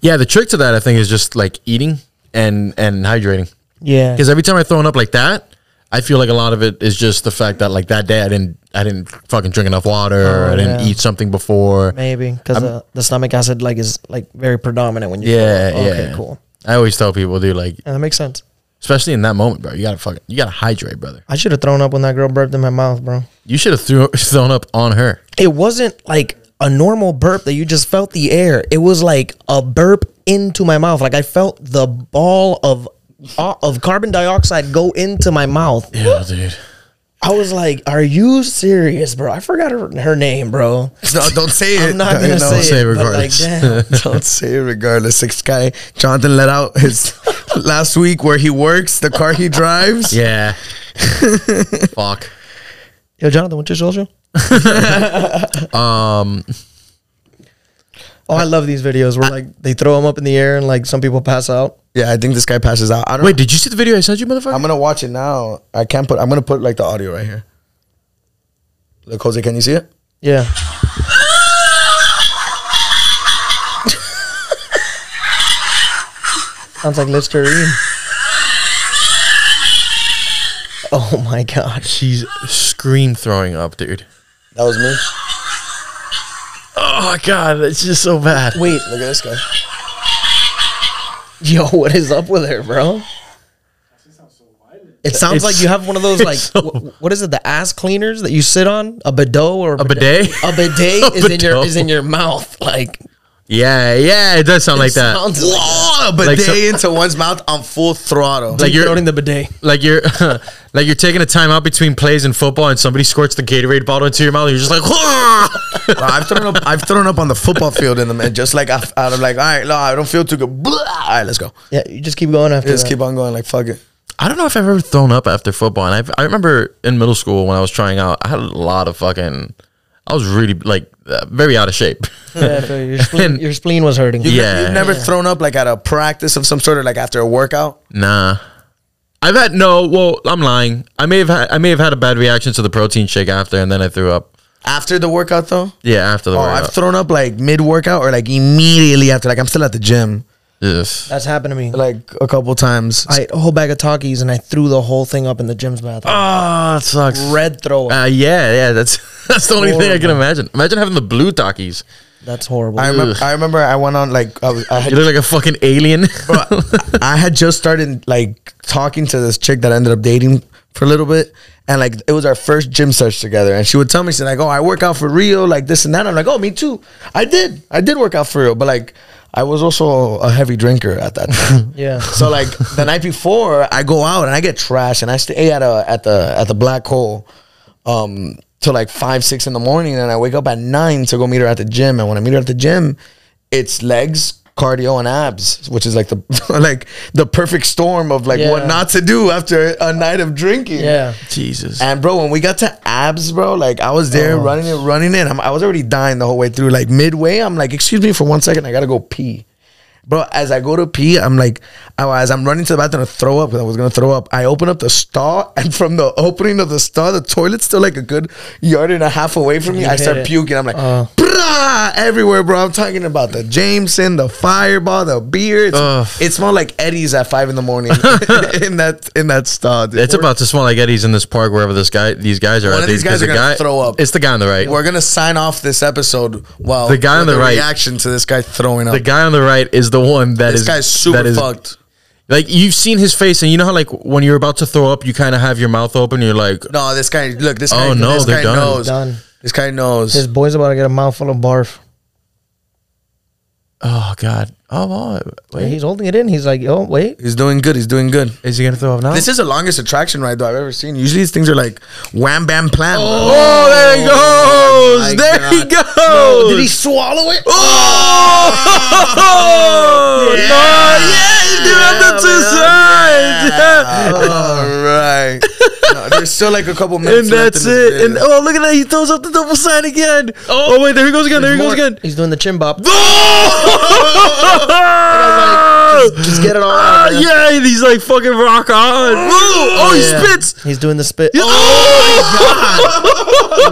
[SPEAKER 3] Yeah, the trick to that, I think, is just like eating and and hydrating.
[SPEAKER 5] Yeah,
[SPEAKER 3] Because every time I thrown up like that, I feel like a lot of it is just the fact that like that day I didn't I didn't fucking drink enough water
[SPEAKER 4] Oh,
[SPEAKER 3] or I didn't
[SPEAKER 5] yeah.
[SPEAKER 3] eat something before.
[SPEAKER 5] maybe because uh, the stomach acid like is like very predominant when you. throw
[SPEAKER 3] Yeah,
[SPEAKER 5] up.
[SPEAKER 3] yeah.
[SPEAKER 5] Okay, cool.
[SPEAKER 3] I always tell people, dude, like
[SPEAKER 5] Yeah, that makes sense.
[SPEAKER 3] especially in that moment, bro, you gotta fucking you gotta hydrate, brother.
[SPEAKER 5] I should have thrown up when that girl burped in my mouth, bro.
[SPEAKER 3] You should have threw, thrown up on her.
[SPEAKER 5] it wasn't like a normal burp that you just felt the air. It was like a burp into my mouth. Like I felt the ball of uh, of carbon dioxide go into my mouth.
[SPEAKER 3] Yeah, dude.
[SPEAKER 5] I was like, "Are you serious, bro?" I forgot her, her name, bro.
[SPEAKER 4] no, don't say it.
[SPEAKER 5] I'm not gonna
[SPEAKER 4] You know,
[SPEAKER 5] say,
[SPEAKER 3] say
[SPEAKER 5] it,
[SPEAKER 3] it
[SPEAKER 5] but like,
[SPEAKER 3] regardless.
[SPEAKER 5] damn.
[SPEAKER 4] Don't say it regardless. This guy, Jonathan, let out his last week where he works, the car he drives.
[SPEAKER 3] Yeah. Fuck.
[SPEAKER 5] Yo, Jonathan, what's your social?
[SPEAKER 3] Um.
[SPEAKER 5] Oh, I love these videos where like they throw them up in the air and like some people pass out.
[SPEAKER 4] Yeah, I think this guy passes out. I don't
[SPEAKER 3] Wait, did you see the video I sent you, motherfucker?
[SPEAKER 4] I'm gonna watch it now. I can't put. I'm gonna put like the audio right here. Look, Jose, can you see it?
[SPEAKER 5] Yeah, sounds like Listerine. Oh my gosh.
[SPEAKER 3] She's scream throwing up, dude.
[SPEAKER 4] That was me.
[SPEAKER 3] Oh god, it's just so bad.
[SPEAKER 5] Wait,
[SPEAKER 4] Look at this guy.
[SPEAKER 5] yo, what is up with her, bro? It sounds
[SPEAKER 3] It's-
[SPEAKER 5] like you have one of those like
[SPEAKER 3] so-
[SPEAKER 5] wh- what is it? The ass cleaners that you sit on? A bidot or
[SPEAKER 3] A bidet?
[SPEAKER 5] A bidet
[SPEAKER 3] A
[SPEAKER 5] is in your is
[SPEAKER 3] bidot.
[SPEAKER 5] in your mouth. Like
[SPEAKER 3] Yeah, yeah, it does sound like that.
[SPEAKER 5] sounds like
[SPEAKER 4] Whoa, Oh, but
[SPEAKER 3] Like,
[SPEAKER 4] they
[SPEAKER 3] so-
[SPEAKER 4] into one's mouth on full throttle.
[SPEAKER 3] Like you're
[SPEAKER 5] the bidet.
[SPEAKER 3] Like you're, like you're taking a time out between plays in football, and somebody squirts the Gatorade bottle into your mouth. And you're just like,
[SPEAKER 4] Bro, I've thrown up. I've thrown up on the football field in the man. Just like I- out of like, all right, no, I don't feel too good. Blah. All right, let's go.
[SPEAKER 5] Yeah, you just keep going after
[SPEAKER 4] Just
[SPEAKER 5] that.
[SPEAKER 4] keep on going. Like fuck it.
[SPEAKER 3] I don't know if I've ever thrown up after football. And I've, I remember in middle school when I was trying out, I had a lot of fucking. I was really like uh, very out of shape.
[SPEAKER 5] Yeah, so your, spleen,
[SPEAKER 3] And-
[SPEAKER 5] your spleen was hurting.
[SPEAKER 4] You-
[SPEAKER 3] Yeah.
[SPEAKER 4] You've never thrown up like at a practice of some sort or like after a workout.
[SPEAKER 3] nah, I've had no. Well, I'm lying. I may have had, I may have had a bad reaction to the protein shake after, and then I threw up.
[SPEAKER 4] After the workout though.
[SPEAKER 3] Yeah, after the
[SPEAKER 4] Oh,
[SPEAKER 3] workout.
[SPEAKER 4] I've thrown up like mid workout or like immediately after. Like I'm still at the gym.
[SPEAKER 3] Yes.
[SPEAKER 5] That's happened to me.
[SPEAKER 4] Like a couple times.
[SPEAKER 5] I ate a whole bag of Takis and I threw the whole thing up in the gym's bathroom.
[SPEAKER 4] Ah.
[SPEAKER 3] Oh, it sucks.
[SPEAKER 5] Red throw up.
[SPEAKER 3] Uh, yeah, yeah. That's that's the only thing I can imagine. Imagine having the blue talkies.
[SPEAKER 5] That's horrible.
[SPEAKER 4] I remember.
[SPEAKER 3] Ugh.
[SPEAKER 4] I remember. I went on like I, was, I had.
[SPEAKER 3] You look like a fucking alien.
[SPEAKER 4] bro, I had just started like talking to this chick that I ended up dating for a little bit, and like it was our first gym search together. And she would tell me, she's like, "Oh, I work out for real, like this and that." I'm like, "Oh, me too. I did. I did work out for real, but like." I was also a heavy drinker at that time.
[SPEAKER 5] Yeah.
[SPEAKER 4] So like the night before, I go out and I get trashed, and I stay at a at the at the black hole, um, till like five six in the morning, and I wake up at nine to go meet her at the gym. And when I meet her at the gym, it's legs cardio and abs, which is like the like the perfect storm of like what
[SPEAKER 5] Yeah.
[SPEAKER 4] not to do after a night of drinking.
[SPEAKER 5] Yeah.
[SPEAKER 3] Jesus.
[SPEAKER 4] And bro, when we got to abs, bro, like I was there running it, running it. I'm, I was already dying the whole way through. Like midway, I'm like, excuse me for one second, I gotta go pee. Bro, as I go to pee, I'm like, I- as I'm running to the bathroom to throw up, because I was gonna throw up. I open up the stall, and from the opening of the stall, the toilet's still like a good yard and a half away from me. I
[SPEAKER 5] hit
[SPEAKER 4] start
[SPEAKER 5] it.
[SPEAKER 4] puking. I'm like,
[SPEAKER 5] Oh.
[SPEAKER 4] brah, everywhere, bro. I'm talking about the Jameson, the Fireball, the beer. It's-
[SPEAKER 3] Ugh.
[SPEAKER 4] It smelled like Eddie's at five in the morning in that in that stall. dude.
[SPEAKER 3] It's
[SPEAKER 4] We're-
[SPEAKER 3] about to smell like Eddie's in this park wherever this guy these guys are
[SPEAKER 4] One
[SPEAKER 3] at.
[SPEAKER 4] of these
[SPEAKER 3] Because
[SPEAKER 4] guys are
[SPEAKER 3] the
[SPEAKER 4] gonna
[SPEAKER 3] guy-
[SPEAKER 4] throw up.
[SPEAKER 3] It's the guy on the right.
[SPEAKER 4] We're gonna sign off this episode while
[SPEAKER 3] The guy on
[SPEAKER 4] with
[SPEAKER 3] the right-
[SPEAKER 4] reaction to this guy throwing up.
[SPEAKER 3] the guy on the right is the one that
[SPEAKER 4] this
[SPEAKER 3] is-
[SPEAKER 4] guy's super
[SPEAKER 3] that is-
[SPEAKER 4] fucked.
[SPEAKER 3] Like you've seen his face, and you know how like when you're about to throw up, you kind of have your mouth open. You're like,
[SPEAKER 4] No, this guy. Look, this guy.
[SPEAKER 3] Oh, no,
[SPEAKER 4] this
[SPEAKER 3] they're
[SPEAKER 4] guy
[SPEAKER 3] done.
[SPEAKER 4] knows.
[SPEAKER 5] Done.
[SPEAKER 4] This guy knows.
[SPEAKER 5] His boy's about to get a mouthful of barf.
[SPEAKER 3] oh god, oh well,
[SPEAKER 5] And
[SPEAKER 3] wait,
[SPEAKER 5] he's holding it in. He's like, oh, wait.
[SPEAKER 4] He's doing good. He's doing good.
[SPEAKER 3] is he gonna throw up now?
[SPEAKER 4] This is the longest attraction ride though I've ever seen. Usually these things are like wham bam plan.
[SPEAKER 3] oh, there he goes!
[SPEAKER 4] my
[SPEAKER 3] There he
[SPEAKER 4] God.
[SPEAKER 3] goes!
[SPEAKER 4] Did he swallow it?
[SPEAKER 3] Oh!
[SPEAKER 4] Yeah.
[SPEAKER 3] No! Yeah, he did have the two sides. Yeah.
[SPEAKER 4] All right. No, there's still like a couple minutes.
[SPEAKER 3] And
[SPEAKER 4] left
[SPEAKER 3] that's
[SPEAKER 4] in this
[SPEAKER 3] it.
[SPEAKER 4] video.
[SPEAKER 3] And oh, look at that! He throws up the double sign again. Oh, wait, there he goes again. There he goes
[SPEAKER 5] More-
[SPEAKER 3] again.
[SPEAKER 5] He's doing the chin bop.
[SPEAKER 3] Oh!
[SPEAKER 5] Just get it all
[SPEAKER 3] Ah,
[SPEAKER 5] out. man.
[SPEAKER 3] yeah, and he's like fucking rock on. Whoa! Oh, he
[SPEAKER 4] Yeah.
[SPEAKER 3] spits.
[SPEAKER 5] He's doing the spit.
[SPEAKER 3] Oh,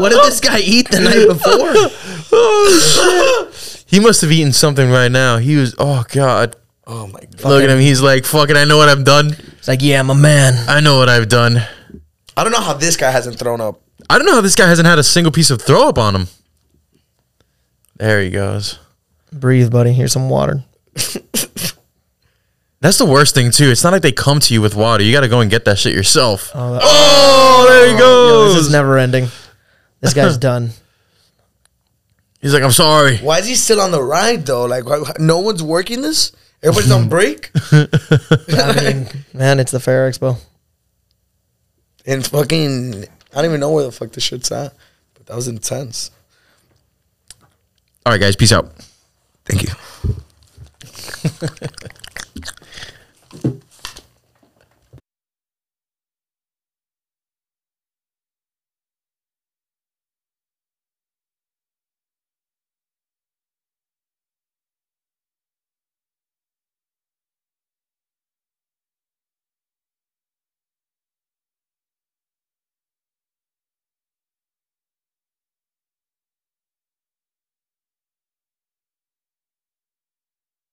[SPEAKER 4] what did this guy eat the night before?
[SPEAKER 3] oh, shit! He must have eaten something right now. He was. Oh god.
[SPEAKER 4] Oh my god.
[SPEAKER 3] Look at him. He's like, fucking, I know what I've done.
[SPEAKER 5] It's like, yeah, I'm a man.
[SPEAKER 3] I know what I've done.
[SPEAKER 4] I don't know how this guy hasn't thrown up.
[SPEAKER 3] I don't know how this guy hasn't had a single piece of throw up on him. There he goes.
[SPEAKER 5] Breathe, buddy. Here's some water.
[SPEAKER 3] That's the worst thing too. It's not like they come to you with water. You got to go and get that shit yourself. Oh,
[SPEAKER 5] that-
[SPEAKER 3] there he
[SPEAKER 5] Yo,
[SPEAKER 3] goes.
[SPEAKER 5] this is never ending. This guy's done.
[SPEAKER 3] He's like, I'm sorry.
[SPEAKER 4] Why is he still on the ride though? Like, why, why- no one's working this. Everybody's on break
[SPEAKER 5] I mean, man, it's the Fair Expo.
[SPEAKER 4] and fucking. I don't even know where the fuck this shit's at, but that was intense.
[SPEAKER 3] All right, guys, peace out.
[SPEAKER 4] Thank you.